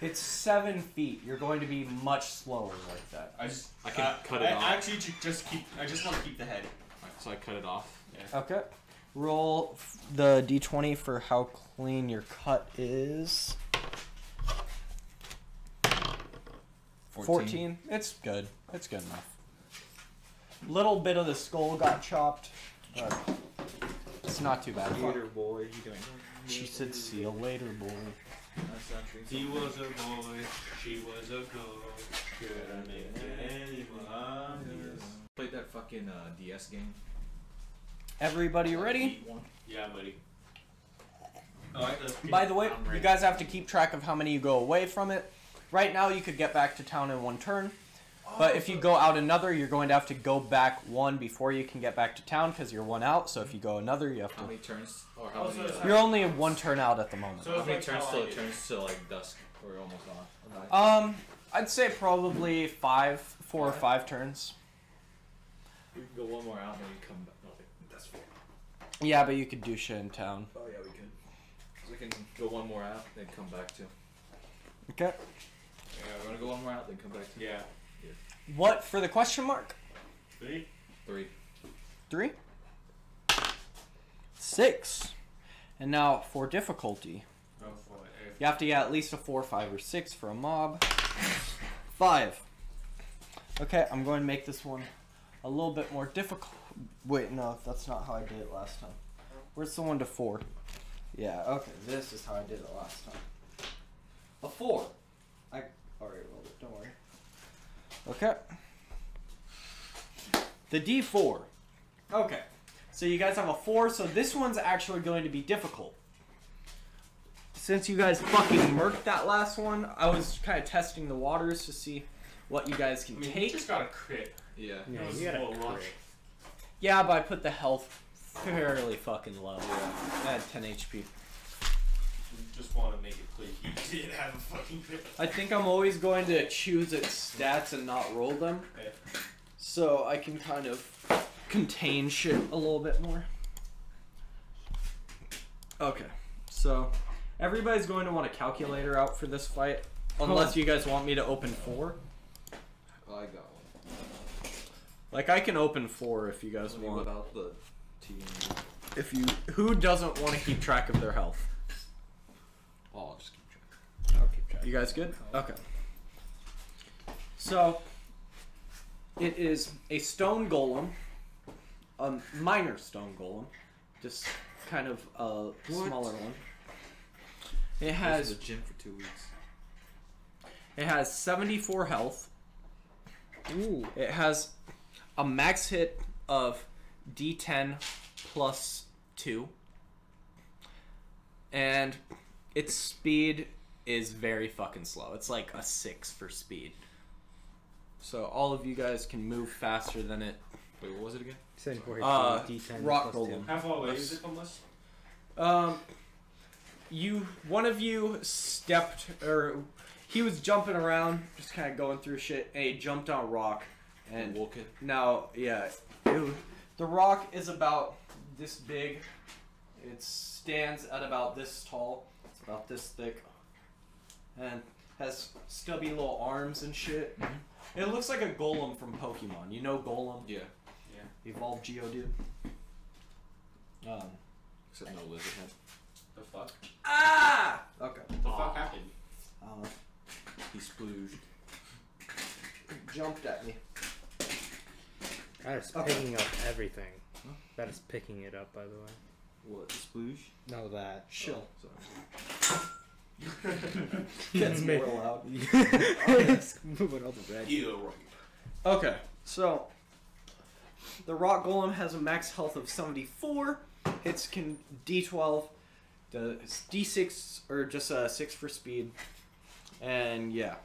Speaker 2: It's seven feet. You're going to be much slower like that.
Speaker 3: I just
Speaker 7: I can
Speaker 3: uh,
Speaker 7: cut it
Speaker 3: I
Speaker 7: off.
Speaker 3: Actually, ju- just keep. I just want to keep the head.
Speaker 7: So I cut it off.
Speaker 2: Okay. Roll f- the d20 for how clean your cut is. 14. It's good. It's good enough. Little bit of the skull got chopped, but it's not too bad.
Speaker 5: boy, you doing?
Speaker 2: She said, "See you later, boy."
Speaker 5: That's not true.
Speaker 3: He was a boy. She was a girl. Could I make anyone?
Speaker 5: Played that fucking uh, DS game.
Speaker 2: Everybody ready?
Speaker 3: Yeah, buddy. Oh, I have to-
Speaker 2: By the way,
Speaker 5: I'm
Speaker 2: you
Speaker 5: ready.
Speaker 2: guys have to keep track of how many you go away from it. Right now, you could get back to town in one turn, but if you go out another, you're going to have to go back one before you can get back to town because you're one out. So if you go another, you have
Speaker 5: How
Speaker 2: to.
Speaker 5: many turns? Or how
Speaker 3: Oh,
Speaker 5: many,
Speaker 3: so
Speaker 5: uh,
Speaker 2: You're only one turn out at the moment.
Speaker 3: So
Speaker 5: how
Speaker 3: it's
Speaker 5: many
Speaker 3: like
Speaker 5: turns
Speaker 3: how
Speaker 5: till
Speaker 3: I
Speaker 5: it
Speaker 3: do. Uh-huh. Oh.
Speaker 5: turns to like dusk or almost on? Or night?
Speaker 2: Um, I'd say probably five, four or five turns.
Speaker 3: We can go one more out and then we come back. No, I think that's four.
Speaker 2: Yeah, but you could do shit in town.
Speaker 3: Oh yeah, we could. So we can go one more out, then come back to.
Speaker 2: Okay.
Speaker 3: Yeah, we're gonna go one more out, then come back to.
Speaker 5: Yeah.
Speaker 2: What for the question mark?
Speaker 5: Three.
Speaker 3: Three.
Speaker 2: Three. Six. And now for difficulty.
Speaker 5: Oh, for it.
Speaker 2: You have to get at least a four, five, or six for a mob. Five. Okay, I'm going to make this one a little bit more difficult. Wait, no, that's not how I did it last time. Where's the one to four? Yeah, okay, this is how I did it last time. A four. I already rolled it, don't worry. Okay. The D4. Okay. So you guys have a four, so this one's actually going to be difficult. Since you guys fucking murked that last one, I was kind of testing the waters to see what you guys can
Speaker 3: I mean,
Speaker 2: take.
Speaker 3: just got a crit.
Speaker 5: Yeah.
Speaker 4: Yeah,
Speaker 3: That was
Speaker 4: you gotta
Speaker 3: a lot.
Speaker 4: crit.
Speaker 2: Yeah, but I put the health fairly fucking low. I had 10 HP.
Speaker 3: Just want to make it clear he *laughs* did have a fucking crit.
Speaker 2: I think I'm always going to choose its stats and not roll them.
Speaker 3: Okay.
Speaker 2: So I can kind of contain shit a little bit more. Okay. So everybody's going to want a calculator out for this fight. Unless you guys want me to open four.
Speaker 5: Well, I got one.
Speaker 2: Like I can open four if you guys
Speaker 5: Tell me
Speaker 2: want.
Speaker 5: about the team.
Speaker 2: If you who doesn't want to keep track of their health?
Speaker 5: Oh, I'll just keep track.
Speaker 2: You guys good? Okay. Oh. So, it is a stone golem, a minor stone golem, just kind of a smaller one. It
Speaker 5: Goes to
Speaker 2: has
Speaker 5: the gym for two weeks.
Speaker 2: it has 74 health.
Speaker 4: Ooh.
Speaker 2: It has a max hit of D10 plus 2. And its speed is very fucking slow. It's like a 6 for speed. So all of you guys can move faster than it.
Speaker 5: Wait, what was it again?
Speaker 4: Send for
Speaker 2: Uh,
Speaker 4: D10
Speaker 2: rock
Speaker 4: plus two.
Speaker 2: golem.
Speaker 3: How far away is it from us?
Speaker 2: Um you one of you stepped or he was jumping around, just kind of going through shit, and he jumped on a rock and
Speaker 5: Walk it.
Speaker 2: Now, yeah, it- the rock is about this big. It stands at about this tall. It's about this thick, and has stubby little arms and shit. It looks like a golem from Pokemon. You know Golem,
Speaker 5: Mm-hmm. Yeah.
Speaker 2: evolved Geodude. Um,
Speaker 5: Except no lizard head.
Speaker 3: The fuck?
Speaker 2: ah, okay.
Speaker 3: The fuck happened?
Speaker 2: Um,
Speaker 5: He splooged.
Speaker 2: jumped at me.
Speaker 4: That is
Speaker 2: Okay.
Speaker 4: picking up everything. That is picking it up, by the way.
Speaker 5: What? Splooge?
Speaker 4: No, that.
Speaker 2: Chill.
Speaker 5: Sorry.
Speaker 2: Gets more loud.
Speaker 4: it's moving all the way.
Speaker 3: You right.
Speaker 2: Okay, so the rock golem has a max health of 74. Hits can D12, does D6 or just a six for speed, and yeah.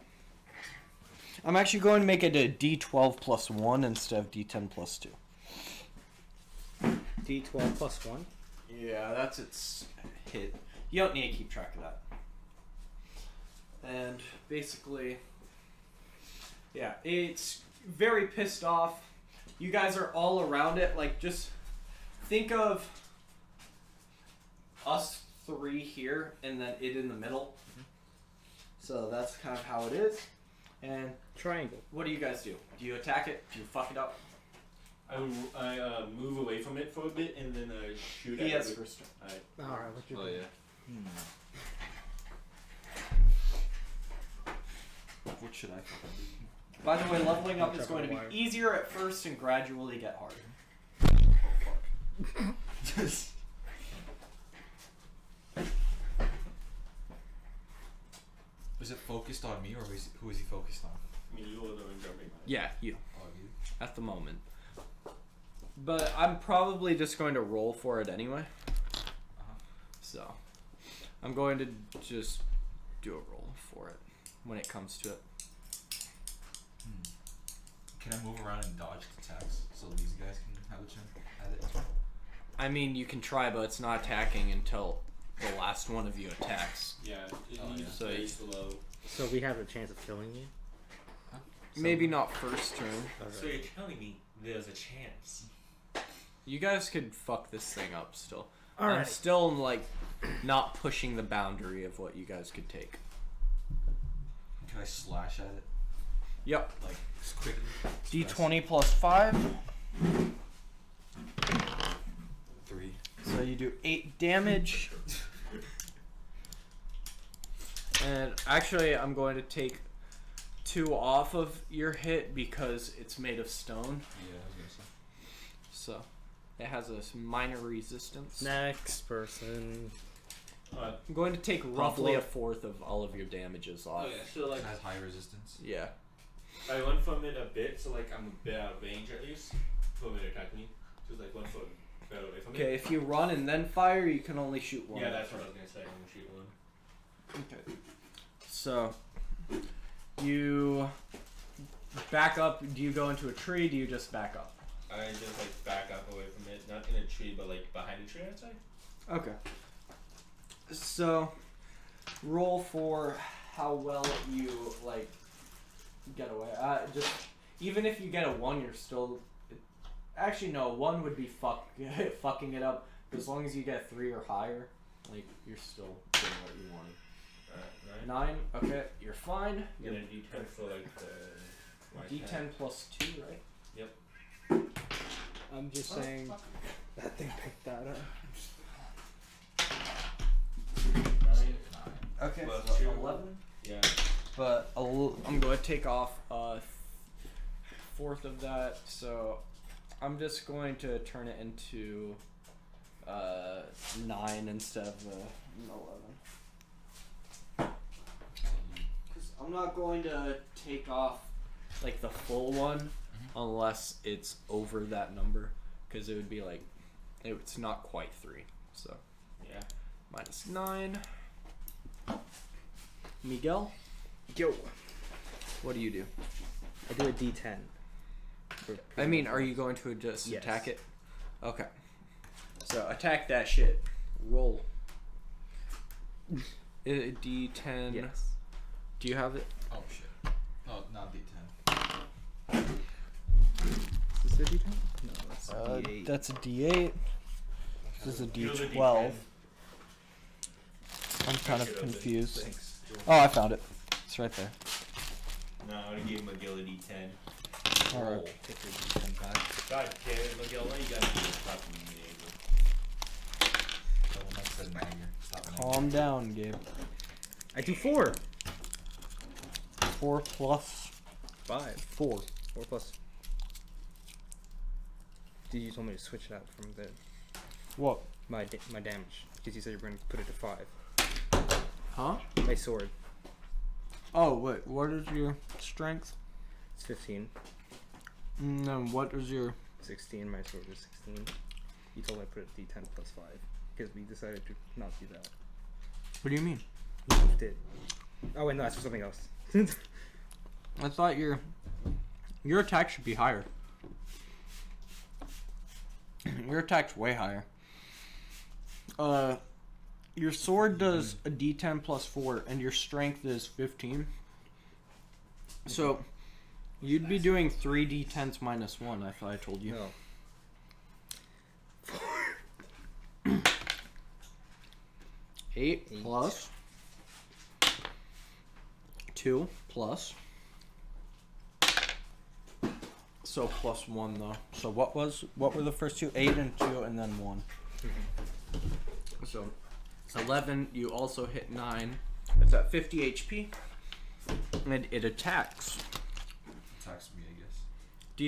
Speaker 2: I'm actually going to make it a D12 plus one instead of D10 plus two.
Speaker 4: D12 plus one.
Speaker 2: Yeah, that's its hit. You don't need to keep track of that. And basically, yeah, it's very pissed off. You guys are all around it. Like, just think of us three here and then it in the middle. So that's kind of how it is. And
Speaker 4: Triangle.
Speaker 2: what do you guys do? Do you attack it? Do you fuck it up?
Speaker 3: I would I uh, move away from it for a bit and then uh, shoot
Speaker 2: He
Speaker 3: at
Speaker 2: has
Speaker 3: it.
Speaker 2: first turn.
Speaker 3: Alright.
Speaker 4: Alright, what's your
Speaker 5: Oh yeah. What should I fucking do?
Speaker 2: By the way, leveling up
Speaker 4: No
Speaker 2: is going to
Speaker 4: trouble
Speaker 2: be
Speaker 4: wire.
Speaker 2: easier at first and gradually get harder.
Speaker 5: Is it focused on me or is who is he focused on?
Speaker 3: I mean, you are the one jumping.
Speaker 2: Yeah, you
Speaker 5: Oh, you.
Speaker 2: at the moment. But I'm probably just going to roll for it anyway. Uh-huh. So I'm going to just do a roll for it when it comes to it.
Speaker 5: Can I move around and dodge attacks so these guys can have a chance at it?
Speaker 2: I mean, you can try, but it's not attacking until the last one of you attacks.
Speaker 3: Yeah. It
Speaker 5: Oh,
Speaker 3: needs
Speaker 5: yeah.
Speaker 2: So
Speaker 3: space below.
Speaker 4: So we have a chance of killing you.
Speaker 2: Maybe not first turn.
Speaker 4: Alright.
Speaker 3: you're telling me there's a chance.
Speaker 2: You guys could fuck this thing up still.
Speaker 4: All
Speaker 2: I'm
Speaker 4: right.
Speaker 2: still like not pushing the boundary of what you guys could take.
Speaker 5: Can I slash at it?
Speaker 2: Yep.
Speaker 5: Like, just quickly?
Speaker 2: D20 plus 5.
Speaker 5: Three.
Speaker 2: So you do 8 damage. And actually, I'm going to take 2 off of your hit because it's made of stone.
Speaker 5: Yeah, I was gonna say.
Speaker 2: So it has a minor resistance.
Speaker 4: Next person.
Speaker 2: I'm going to take roughly
Speaker 4: Buffalo.
Speaker 2: a fourth of all of your damages off.
Speaker 3: Okay, so like
Speaker 5: It has high resistance.
Speaker 2: Yeah.
Speaker 3: I went from it a bit, so like I'm a bit out of range at least from it attacking me. Just like one foot better away from me.
Speaker 2: Okay, if you run and then fire, you can only shoot one.
Speaker 3: Yeah, that's what I was gonna say. I'm gonna shoot
Speaker 2: Okay.
Speaker 3: one.
Speaker 2: So you back up. Do you go into a tree? Do you just back up?
Speaker 3: I just like back up away from it, not in a tree, but like behind a tree. I'd say.
Speaker 2: Okay. So roll for how well you like get away. Uh, just even if you get a one, you're still. Actually, no. One would be fuck *laughs* fucking it up. As long as you get three or higher, like you're still doing what you wanted.
Speaker 3: Alright, nine.
Speaker 2: Nine. Okay, you're fine.
Speaker 3: And then D10 for like the. my attack.
Speaker 2: D10 plus two, right? Oh,
Speaker 3: Yep.
Speaker 2: I'm just saying that thing picked that up.
Speaker 3: Nine.
Speaker 2: Okay.
Speaker 3: Plus
Speaker 2: so
Speaker 3: two.
Speaker 2: Eleven.
Speaker 3: Yeah.
Speaker 2: But i I'm going to take off a th- fourth of that, so I'm just going to turn it into uh, nine instead of uh, an eleven. Because I'm not going to take off like the full one
Speaker 3: Mm-hmm.
Speaker 2: unless it's over that number, because it would be like it's not quite three. So
Speaker 3: Yeah.
Speaker 2: minus nine. Miguel,
Speaker 4: Yo.
Speaker 2: what do you do?
Speaker 4: I do a D10. For-
Speaker 2: I mean, are you going to just
Speaker 4: Yes.
Speaker 2: attack it? Okay. So attack that shit. Roll. Uh, D D10.
Speaker 4: Yes.
Speaker 2: Do you have it?
Speaker 5: Oh shit. Oh, not D10.
Speaker 4: Is this a D10? No, that's a D8.
Speaker 2: that's a D8. This is Uh, a
Speaker 3: You're the
Speaker 2: D12.
Speaker 3: D10.
Speaker 2: I'm kind of
Speaker 3: Should have been.
Speaker 2: confused.
Speaker 5: Thanks.
Speaker 2: Oh, I found it. It's right there.
Speaker 3: No, I would give McGill a D10.
Speaker 2: All right.
Speaker 5: Take your D10 back.
Speaker 3: God damn it, McGill, why you gotta do this crap to me, Abel?
Speaker 5: That will not set an anger. Stop an anger.
Speaker 2: Calm down, Gabe.
Speaker 4: I do four.
Speaker 2: Four plus
Speaker 4: Five.
Speaker 2: four.
Speaker 4: Four plus. Dude, you told me to switch it out from the
Speaker 2: What?
Speaker 4: my da- my damage because you said you were going to put it to five.
Speaker 2: Huh?
Speaker 4: My sword.
Speaker 2: Oh, wait. What is your strength?
Speaker 4: It's 15.
Speaker 2: And then what is your
Speaker 4: 16. My sword is 16. You told me I put it D10 plus five because we decided to not do that.
Speaker 2: What do you mean?
Speaker 4: We left it. Oh wait, no, that's for something else. *laughs*
Speaker 2: I thought your your attack should be higher. *clears throat* Your attack's way higher. Uh, your sword does a D10 plus four, and your strength is 15. So you'd be doing three D10s minus one. I thought I told you.
Speaker 4: no.
Speaker 2: Eight,
Speaker 4: Eight.
Speaker 2: plus two plus. So plus one though. So what was what were the first two? Eight and two, and then one. So it's eleven. You also hit nine. It's at fifty HP, and it attacks.
Speaker 5: Attacks me, I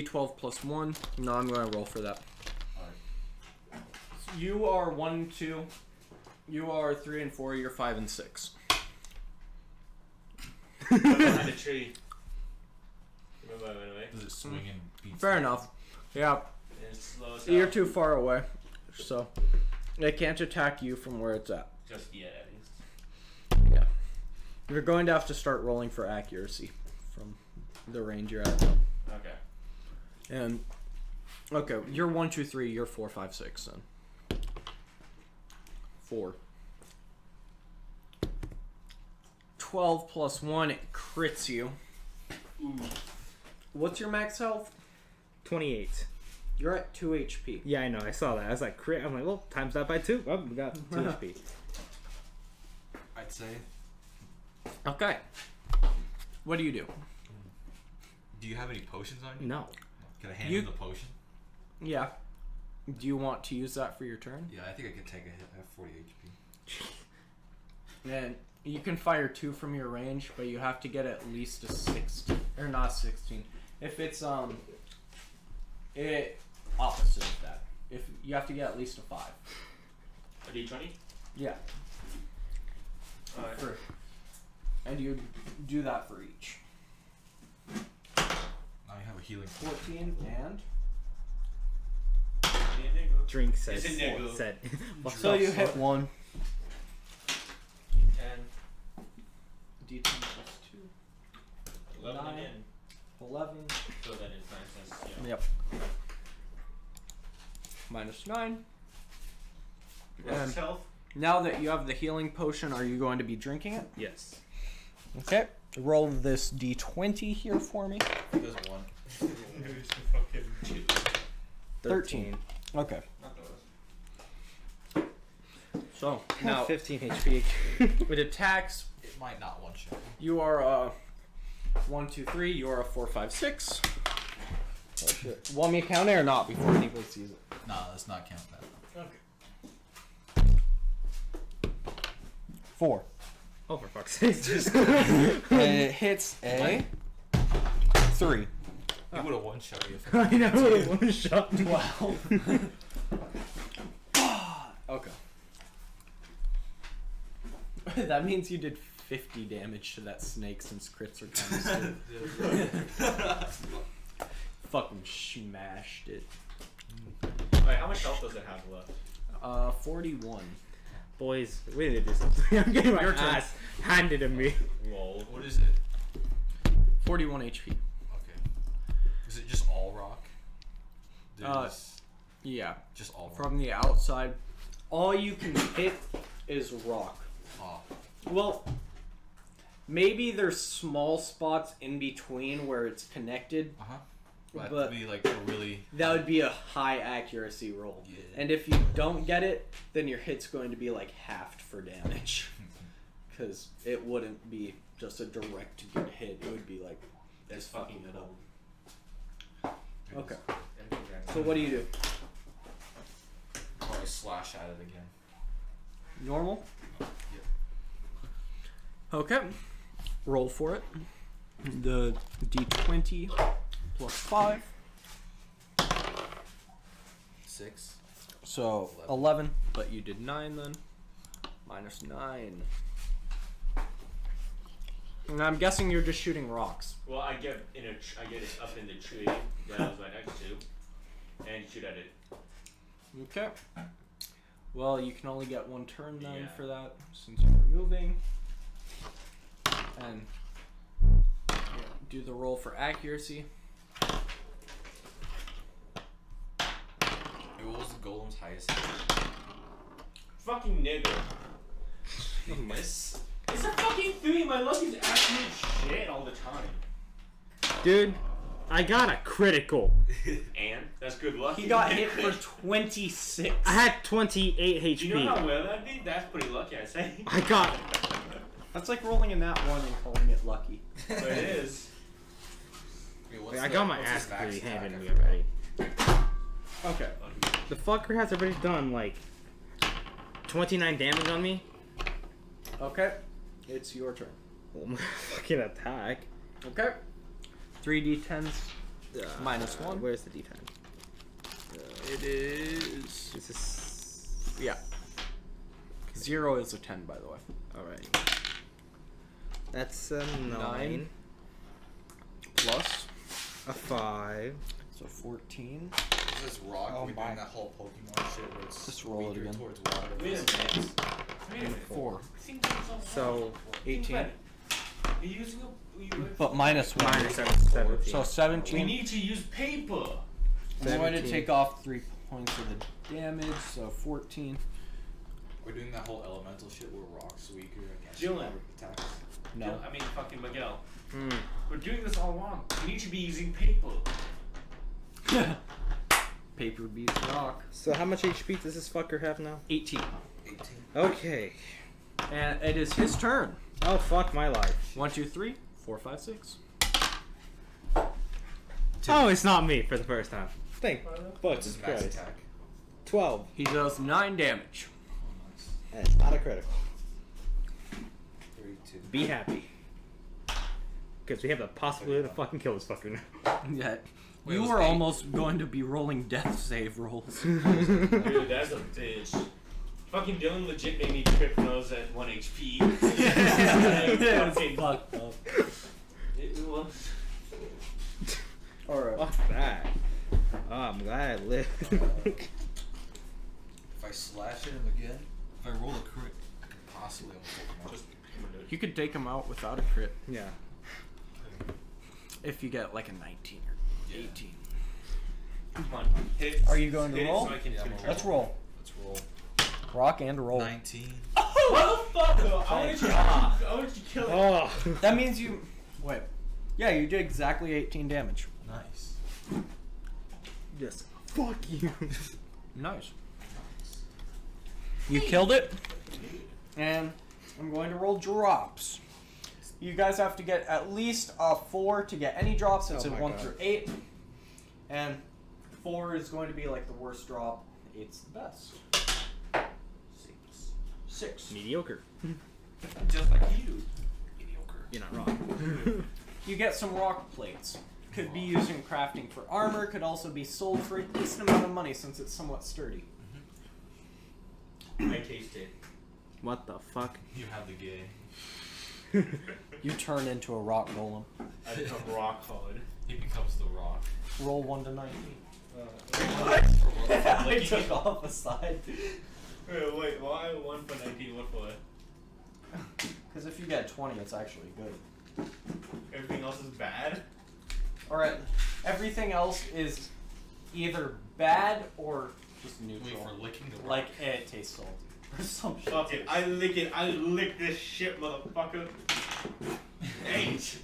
Speaker 5: guess.
Speaker 2: D12 plus one. No, I'm gonna roll for that.
Speaker 5: Alright.
Speaker 2: You are one, two. You are three and four. You're five and six.
Speaker 3: *laughs* Behind a tree. Remember I went away?
Speaker 5: Does it swing and beat?
Speaker 2: Fair enough. Yeah,
Speaker 3: And it slows
Speaker 2: you're
Speaker 3: down.
Speaker 2: too far away, so it can't attack you from where it's at.
Speaker 3: Just yet, at least.
Speaker 2: Yeah, you're going to have to start rolling for accuracy from the range you're at.
Speaker 3: Okay.
Speaker 2: And okay, you're one, two, three. You're four, five, six. Then four. Twelve plus one, it crits you. What's your max health?
Speaker 4: 28.
Speaker 2: You're at two HP.
Speaker 4: Yeah, I know. I saw that. I was like, crit. I'm like, well, times that by two. Oh,
Speaker 2: *laughs*
Speaker 4: we got two HP.
Speaker 6: I'd say.
Speaker 2: Okay. What do you do?
Speaker 6: Do you have any potions on you?
Speaker 4: No.
Speaker 6: Can I hand
Speaker 2: You-
Speaker 6: him the potion?
Speaker 2: Yeah. Do you want to use that for your turn?
Speaker 6: Yeah, I think I could take a hit. I have 40 HP.
Speaker 2: And you can fire two from your range, but you have to get at least a sixteen or not sixteen. If it's um, it opposite of that. If you have to get at least a five.
Speaker 3: A D20?
Speaker 2: Yeah.
Speaker 3: Alright.
Speaker 2: For, and you do that for each.
Speaker 6: Now you have a healing.
Speaker 2: Fourteen and
Speaker 4: Drink said.
Speaker 3: It's a nickel.
Speaker 4: Said. What's
Speaker 2: so
Speaker 4: up,
Speaker 2: you
Speaker 4: son?
Speaker 2: hit one.
Speaker 3: Ten.
Speaker 2: D10 plus two.
Speaker 3: Eleven
Speaker 2: Nine.
Speaker 3: again.
Speaker 2: Eleven.
Speaker 3: So then it's nine cents.
Speaker 2: *laughs*
Speaker 3: Yeah.
Speaker 2: Yep. Minus nine.
Speaker 3: What's his
Speaker 2: And
Speaker 3: health?
Speaker 2: now that you have the healing potion, are you going to be drinking it?
Speaker 4: Yes.
Speaker 2: Okay. Roll this d20 here for me.
Speaker 6: There's one.
Speaker 2: Thirteen. Okay.
Speaker 3: Not those.
Speaker 2: So
Speaker 4: Now
Speaker 2: now
Speaker 4: 15 HP.
Speaker 2: it attacks.
Speaker 6: It might not one shot.
Speaker 2: You are a one, two, three. You are a four, five, six. Oh shit! Want me to count it or not before anybody sees it?
Speaker 6: Nah, let's not count that.
Speaker 2: Four.
Speaker 4: Oh, for
Speaker 2: *laughs*
Speaker 4: fuck's sake. *laughs*
Speaker 2: it hits a three.
Speaker 6: He would have one shot you. if-
Speaker 4: I know. One shot.
Speaker 2: Okay. *laughs* that means you did 50 damage to that snake since crits are kind of Fucking smashed it.
Speaker 3: Wait, how much health does it have left?
Speaker 2: Uh, 41.
Speaker 4: Boys, we need to do something. *laughs* I'm getting my
Speaker 2: Your turn.
Speaker 4: ass handed to me.
Speaker 3: Lol.
Speaker 6: What is it?
Speaker 2: 41 HP.
Speaker 6: Okay. Is it just all rock?
Speaker 2: Uh,
Speaker 6: There's
Speaker 2: Yeah.
Speaker 6: just all rock.
Speaker 2: From the outside, all you can hit is rock.
Speaker 6: Oh,
Speaker 2: Well, maybe there's small spots in between where it's connected,
Speaker 6: uh huh. That
Speaker 2: but
Speaker 6: would be like a really.
Speaker 2: That would be a high accuracy roll.
Speaker 6: Yeah.
Speaker 2: And if you don't get it, then your hit's going to be like halved for *laughs* damage. Because it wouldn't be just a direct good hit. It would be like,
Speaker 3: That's
Speaker 2: just fucking it up. Okay.
Speaker 3: And congrats.
Speaker 2: So what do you do?
Speaker 6: Probably slash at it again.
Speaker 2: Normal? Okay. Roll for it. The d20 plus 5.
Speaker 6: Six.
Speaker 2: So 11.
Speaker 6: Eleven.
Speaker 2: but you did 9 then. Minus 9. And I'm guessing you're just shooting rocks.
Speaker 3: Well, I get in a tr- I get it up in the tree that I was right next to, and shoot at it.
Speaker 2: Okay. Well, you can only get one turn then
Speaker 3: Yeah.
Speaker 2: for that since you're moving. And do the roll for accuracy.
Speaker 6: Hey, What was the golem's highest?
Speaker 3: Fucking nigger.
Speaker 6: He miss.
Speaker 3: It's a fucking three. My luck is absolute shit all the time.
Speaker 4: Dude, I got a critical.
Speaker 3: And that's good luck.
Speaker 2: He got
Speaker 3: *laughs*
Speaker 2: hit for 26.
Speaker 4: I had 28 HP.
Speaker 3: You know how well that'd be? That's pretty lucky, I'd say. *laughs*
Speaker 4: I got
Speaker 2: That's like rolling in that one and calling it lucky.
Speaker 3: but it is.
Speaker 6: *laughs* Wait, what's
Speaker 4: Like, I
Speaker 6: the-
Speaker 4: got my
Speaker 6: what's his
Speaker 4: ass
Speaker 6: max
Speaker 4: really
Speaker 6: attack?
Speaker 4: handed to
Speaker 6: I
Speaker 4: me
Speaker 6: forgot.
Speaker 4: already.
Speaker 2: Okay.
Speaker 4: The fucker has already done like 29 damage on me.
Speaker 2: Okay. It's your turn.
Speaker 4: Oh *laughs* my fucking attack.
Speaker 2: Okay. 3d10s minus 1.
Speaker 4: Uh, Where's the d10?
Speaker 2: It is.
Speaker 4: This is.
Speaker 2: Yeah. Zero is a 10, by the way.
Speaker 4: Alright. That's uh, a 9,
Speaker 2: Nine. Plus.
Speaker 4: a 5.
Speaker 2: So 14.
Speaker 6: Is this rock?
Speaker 2: Oh
Speaker 6: we
Speaker 2: my.
Speaker 6: doing that whole Pokemon shit where it's
Speaker 2: Just roll it
Speaker 6: weaker
Speaker 2: again.
Speaker 6: towards water.
Speaker 3: Wait a minute. Wait a minute.
Speaker 2: 4.
Speaker 4: So,
Speaker 3: Think
Speaker 2: 18.
Speaker 3: about it. You're using a. You,
Speaker 2: But minus 1.
Speaker 4: minus 7.
Speaker 2: So
Speaker 3: we
Speaker 2: 17.
Speaker 3: need to use paper.
Speaker 2: I'm going to
Speaker 4: 17.
Speaker 2: take off 3 points of the damage, so 14.
Speaker 6: We're doing that whole elemental shit where rocks weaker against
Speaker 3: Dylan.
Speaker 6: water attacks.
Speaker 2: No.
Speaker 3: I mean, fucking Miguel.
Speaker 4: Hmm.
Speaker 3: We're doing this all wrong. We need to be using paper.
Speaker 2: *laughs* Paper beats rock.
Speaker 4: So how much HP does this fucker have now?
Speaker 2: 18.
Speaker 4: Okay.
Speaker 2: And it is his turn.
Speaker 4: Oh fuck my life.
Speaker 2: One, two, three, four, five, six.
Speaker 4: Oh, it's not me for the first time. Thank
Speaker 5: That's
Speaker 4: fucking
Speaker 5: his max
Speaker 4: Christ.
Speaker 5: attack.
Speaker 4: Twelve,
Speaker 2: He does nine *laughs* damage.
Speaker 4: and it's not a critical.
Speaker 5: Three, two.
Speaker 4: Be happy. Because we have the possibility to fucking kill this fucker
Speaker 5: *laughs*
Speaker 4: now.
Speaker 2: Yeah.
Speaker 6: Wait, it
Speaker 2: you
Speaker 6: was
Speaker 2: were
Speaker 6: eight?
Speaker 2: almost going to be rolling death save rolls.
Speaker 3: Dude, that's a bitch. Fucking Dylan legit made me trip when I was at
Speaker 2: *laughs*
Speaker 3: 1 HP. Like,
Speaker 2: Yeah,
Speaker 3: *laughs* fucking-
Speaker 2: it's fucked up.
Speaker 3: it was-
Speaker 2: Alright.
Speaker 4: Fuck that. Oh, I'm glad I lived. *laughs*
Speaker 5: If I slash at him again, if I roll a crit, I could possibly almost take him out.
Speaker 3: Just-
Speaker 2: You could take him out without a crit
Speaker 4: yeah.
Speaker 2: if you get like a 19 or 18.
Speaker 3: Come on. Hit it.
Speaker 2: Are you going to
Speaker 3: Hit it
Speaker 2: roll?
Speaker 3: So I can
Speaker 5: Yeah, I'm
Speaker 3: finish.
Speaker 5: gonna Let's
Speaker 2: roll.
Speaker 5: Let's roll.
Speaker 2: Rock and roll.
Speaker 5: 19.
Speaker 3: What the fuck, though? I wanted you, I wanted you to kill it.
Speaker 4: Oh.
Speaker 2: That means you. Wait. Yeah, you did exactly 18 damage.
Speaker 5: Nice.
Speaker 4: Yes. Fuck you.
Speaker 2: Nice. You killed it. And I'm going to roll drops. You guys have to get at least a four to get any drops. It's
Speaker 4: Oh
Speaker 2: a
Speaker 4: my
Speaker 2: one
Speaker 4: God.
Speaker 2: through eight. And four is going to be like the worst drop, eight's the best. Six. Six.
Speaker 4: Mediocre.
Speaker 3: Just like you.
Speaker 4: You're not wrong.
Speaker 2: You get some rock plates. Could be used in crafting for armor, could also be sold for a decent amount of money since it's somewhat sturdy.
Speaker 3: I taste it.
Speaker 4: what the fuck?
Speaker 6: You have the gay.
Speaker 2: You turn into a rock golem.
Speaker 3: I become rock solid.
Speaker 6: He becomes the *laughs* rock.
Speaker 2: Roll one to nineteen.
Speaker 6: *laughs*
Speaker 3: What?
Speaker 2: *laughs* I took off a side.
Speaker 3: Wait, wait, why one for 19, one for
Speaker 2: Because if you get twenty, it's actually good.
Speaker 3: everything else is bad?
Speaker 2: All right. Everything else is either bad or just
Speaker 6: Wait
Speaker 2: neutral.
Speaker 6: for licking the rock.
Speaker 2: Like eh, it tastes salty *laughs* or some shit.
Speaker 3: Fuck it, I lick it, I lick this shit, motherfucker.
Speaker 2: *laughs*
Speaker 3: Eight!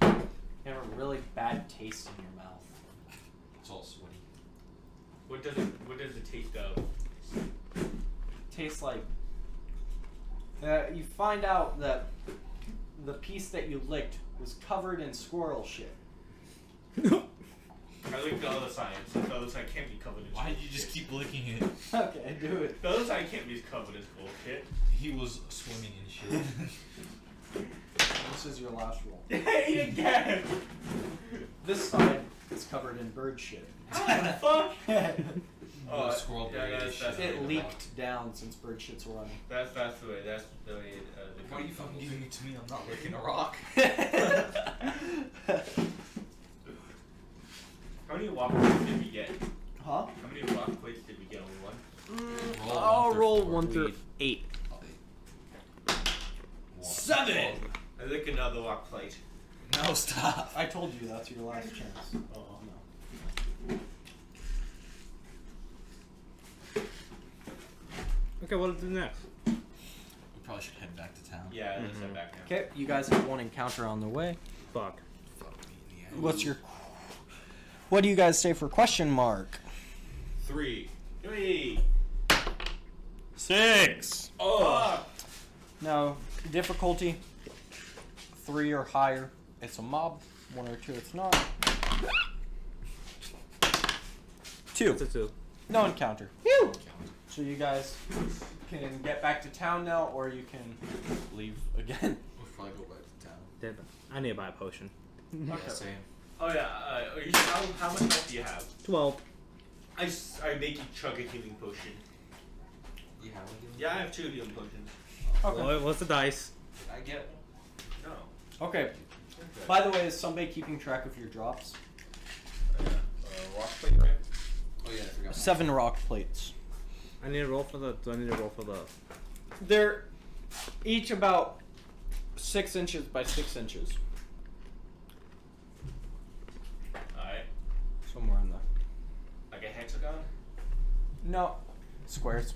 Speaker 2: You have a really bad taste in your mouth.
Speaker 6: it's all sweaty.
Speaker 3: What does it, what does it taste of?
Speaker 2: tastes like. Uh, you find out that the piece that you licked was covered in squirrel shit. *laughs*
Speaker 3: I lick the other side, so the other side can't be covered in
Speaker 6: Why
Speaker 3: shit.
Speaker 6: did you just keep licking it?
Speaker 2: okay, do it.
Speaker 3: The other side can't be covered in *laughs* bullshit.
Speaker 6: He was swimming in shit.
Speaker 2: This is your last roll.
Speaker 3: Eight again!
Speaker 2: This side is covered in bird shit.
Speaker 3: How the
Speaker 2: *laughs*
Speaker 3: fuck?
Speaker 2: it
Speaker 3: Oh,
Speaker 6: squirrel
Speaker 3: yeah,
Speaker 6: berry
Speaker 3: that's,
Speaker 6: shit.
Speaker 3: that's, the way to rock.
Speaker 2: leaked down since bird shit's running.
Speaker 3: That's, that's the way, that's the way, uh, the
Speaker 6: Why are you fucking giving it to me? I'm not licking a rock.
Speaker 3: How many walk plates did we get?
Speaker 2: huh?
Speaker 3: How many walk plates did we get on one?
Speaker 6: *laughs* Roll
Speaker 2: I'll
Speaker 6: one through
Speaker 2: roll
Speaker 6: four.
Speaker 2: one through eight.
Speaker 6: One.
Speaker 3: Seven! Oh, I lick another walk plate.
Speaker 6: No, stop.
Speaker 2: I told you that's your last chance.
Speaker 3: Oh, no.
Speaker 4: Okay, what do we do next?
Speaker 6: We probably should head back to town.
Speaker 3: Yeah, let's head back now.
Speaker 2: Okay, you guys have one encounter on the way.
Speaker 4: Fuck.
Speaker 2: What's your? What do you guys say for question mark?
Speaker 3: Three. Three.
Speaker 9: Six.
Speaker 3: Oh.
Speaker 2: No, difficulty three or higher. It's a mob. One or two, it's not. Two.
Speaker 4: It's a two.
Speaker 2: No encounter. So you guys can get back to town now, or you can leave again.
Speaker 6: We'll probably go back to town.
Speaker 4: Damn it. I need to buy a potion.
Speaker 6: Yeah, same.
Speaker 3: Oh yeah. Uh, are you, how, how much health do you have?
Speaker 4: Twelve.
Speaker 3: I, s- I make you chug a healing potion.
Speaker 6: You have a
Speaker 3: Yeah, I have two healing potions.
Speaker 2: Okay.
Speaker 4: What- What's the dice?
Speaker 6: I get it.
Speaker 3: No.
Speaker 2: Okay.
Speaker 3: Okay.
Speaker 2: By the way, is somebody keeping track of your drops?
Speaker 3: Uh, uh, rock plate, right?
Speaker 6: Oh yeah, I forgot. my-
Speaker 2: Seven rock plates.
Speaker 4: I need to roll for the. Do I need to roll for the?
Speaker 2: They're each about six inches by six inches,
Speaker 3: All right.
Speaker 2: somewhere in there.
Speaker 3: Like a hexagon.
Speaker 2: No. Squares.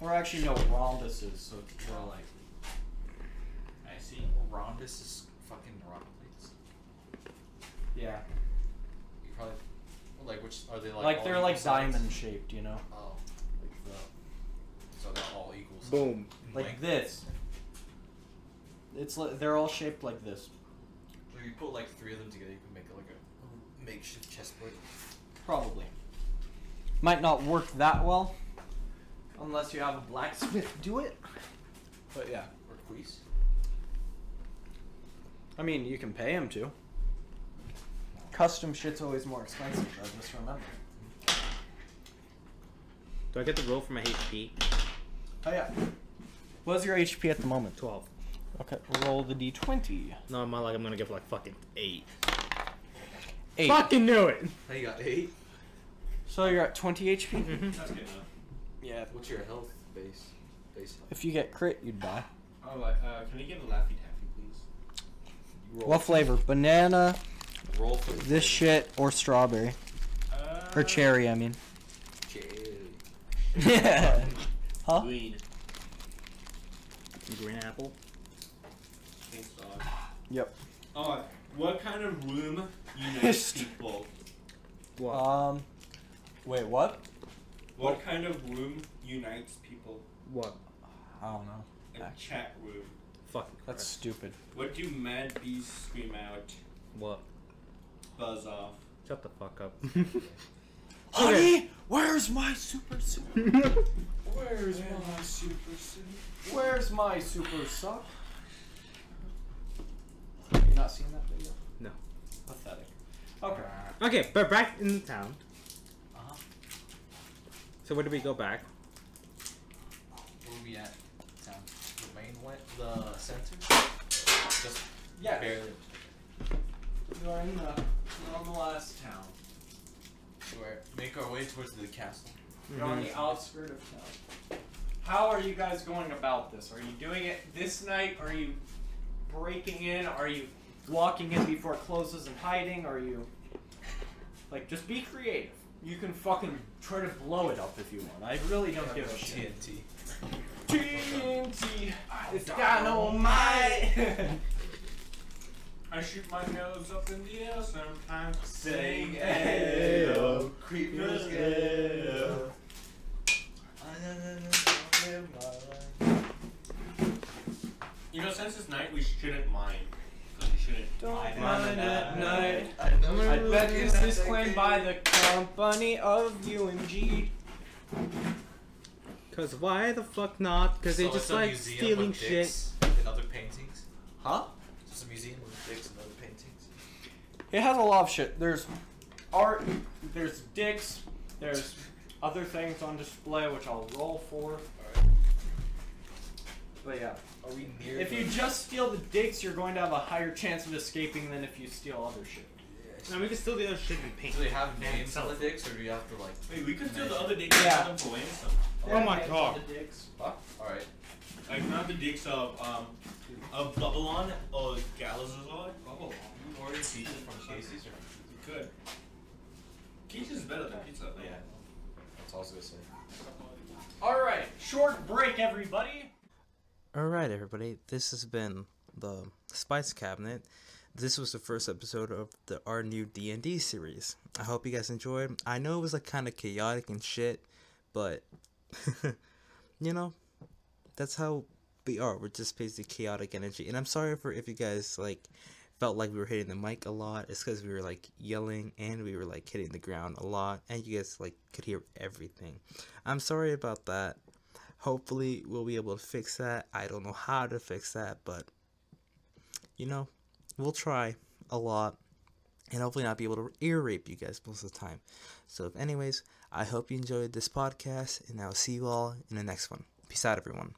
Speaker 2: Or actually, no, rhombuses, so it's more like.
Speaker 3: I see.
Speaker 6: Rhombus is fucking rock plates.
Speaker 2: Yeah.
Speaker 6: Like which are they like?
Speaker 2: Like
Speaker 6: all
Speaker 2: they're
Speaker 6: equal
Speaker 2: like
Speaker 6: size?
Speaker 2: diamond shaped, you know.
Speaker 6: Oh, like the. So they're all equal. size
Speaker 4: Boom.
Speaker 6: in
Speaker 2: Like
Speaker 6: length?
Speaker 2: this. It's li- they're all shaped like this.
Speaker 6: So you put like three of them together, you can make it like a makeshift chessboard.
Speaker 2: Probably. Might not work that well. Unless you have a blacksmith do it.
Speaker 6: But yeah, or quiz.
Speaker 2: I mean, you can pay him to. Custom shit's always more expensive, though, just remember.
Speaker 4: Do I get the roll for my HP?
Speaker 2: Oh, yeah. What's your HP at the moment?
Speaker 4: 12.
Speaker 2: Okay, roll the d20.
Speaker 4: No, I'm not like I'm gonna give like fucking 8.
Speaker 2: Eight.
Speaker 4: Fucking knew it!
Speaker 6: Hey, you got eight.
Speaker 2: So you're at 20 HP?
Speaker 3: That's good enough.
Speaker 2: Yeah.
Speaker 6: What's your health base? Base health.
Speaker 2: If you get crit, you'd die.
Speaker 3: Oh, uh, can we get a Laffy Taffy, please?
Speaker 6: You roll,
Speaker 2: What flavor? Banana,
Speaker 6: roll for the
Speaker 2: this shit, or strawberry?
Speaker 3: Uh,
Speaker 2: Or cherry, I mean.
Speaker 6: Cherry.
Speaker 2: Yeah. huh?
Speaker 9: Green.
Speaker 4: Green apple.
Speaker 3: Thanks, dog.
Speaker 2: Yep.
Speaker 3: Oh, what kind of room unites people?
Speaker 4: What?
Speaker 2: Um. Wait, what?
Speaker 3: What kind of room unites people?
Speaker 4: what?
Speaker 2: I don't know.
Speaker 3: A
Speaker 2: Actually.
Speaker 3: chat room.
Speaker 4: Fucking
Speaker 2: That's stupid.
Speaker 3: What do mad bees scream out?
Speaker 4: crap. What?
Speaker 3: Buzz off.
Speaker 4: Shut the fuck up.
Speaker 6: Honey, where's my super suit?
Speaker 3: Where's my super suit?
Speaker 2: Where's my super suck? You not seen that video?
Speaker 4: No.
Speaker 2: Pathetic. Okay.
Speaker 4: okay, but back in the town.
Speaker 6: Uh-huh.
Speaker 4: So where do we go back?
Speaker 6: Where we at? Town. The main one. The center. Just
Speaker 2: Yeah.
Speaker 6: barely.
Speaker 2: You're in the normalized town.
Speaker 6: Where make our way towards the castle.
Speaker 2: You're on the outskirt of town. How are you guys going about this? Are you doing it this night? Are you breaking in? Are you walking in before it closes and hiding? Are you like just be creative? You can fucking try to blow it up if you want. I really don't give a shit.
Speaker 6: TNT.
Speaker 2: TNT. It's *laughs* dynamite.
Speaker 3: I shoot my nose up in the air sometimes.
Speaker 6: Sing
Speaker 3: Ayo,
Speaker 6: creepers
Speaker 3: Ayo. You know, since it's night, we shouldn't mind. 'Cause We shouldn't mind.
Speaker 2: Don't mind at night.
Speaker 6: I know
Speaker 2: I bet this is claimed by the company of UMG.
Speaker 4: Cause why the fuck not? Cause they
Speaker 6: So
Speaker 4: just
Speaker 6: it's a
Speaker 4: like
Speaker 6: museum
Speaker 4: stealing
Speaker 6: with
Speaker 4: shit.
Speaker 6: dicks and other paintings.
Speaker 2: Huh?
Speaker 6: It's a museum with dicks and other paintings.
Speaker 2: It has a lot of shit. There's art, there's dicks, there's other things on display, which I'll roll for. But yeah,
Speaker 6: Are we near?
Speaker 2: if
Speaker 6: the-
Speaker 2: you just steal the dicks, you're going to have a higher chance of escaping than if you steal other shit.
Speaker 4: No, we can steal the other shit and paint.
Speaker 6: do they have names on the dicks, or do you have to like?
Speaker 3: Wait, we could do the other dicks
Speaker 2: Yeah.
Speaker 3: of Blaine stuff.
Speaker 4: Oh my god.
Speaker 2: The dicks.
Speaker 6: Fuck. All right.
Speaker 3: Like, not the dicks of, um, of Babylon or Galazazar.
Speaker 6: Oh, you ordered pizza from Casey's, or
Speaker 3: We could. Pizza's better than pizza, though.
Speaker 6: yeah. That's all I was gonna say.
Speaker 2: All right, short break, everybody.
Speaker 1: All right, everybody. This has been the Spice Cabinet. This was the first episode of the our new D and D series. I hope you guys enjoyed. I know it was like kind of chaotic and shit, but *laughs* you know, that's how we are. We're just basically chaotic energy. And I'm sorry for if you guys like felt like we were hitting the mic a lot. It's because we were like yelling and we were like hitting the ground a lot, and you guys like could hear everything. I'm sorry about that hopefully we'll be able to fix that i don't know how to fix that but you know we'll try a lot and hopefully not be able to ear rape you guys most of the time so if anyways i hope you enjoyed this podcast and i'll see you all in the next one peace out everyone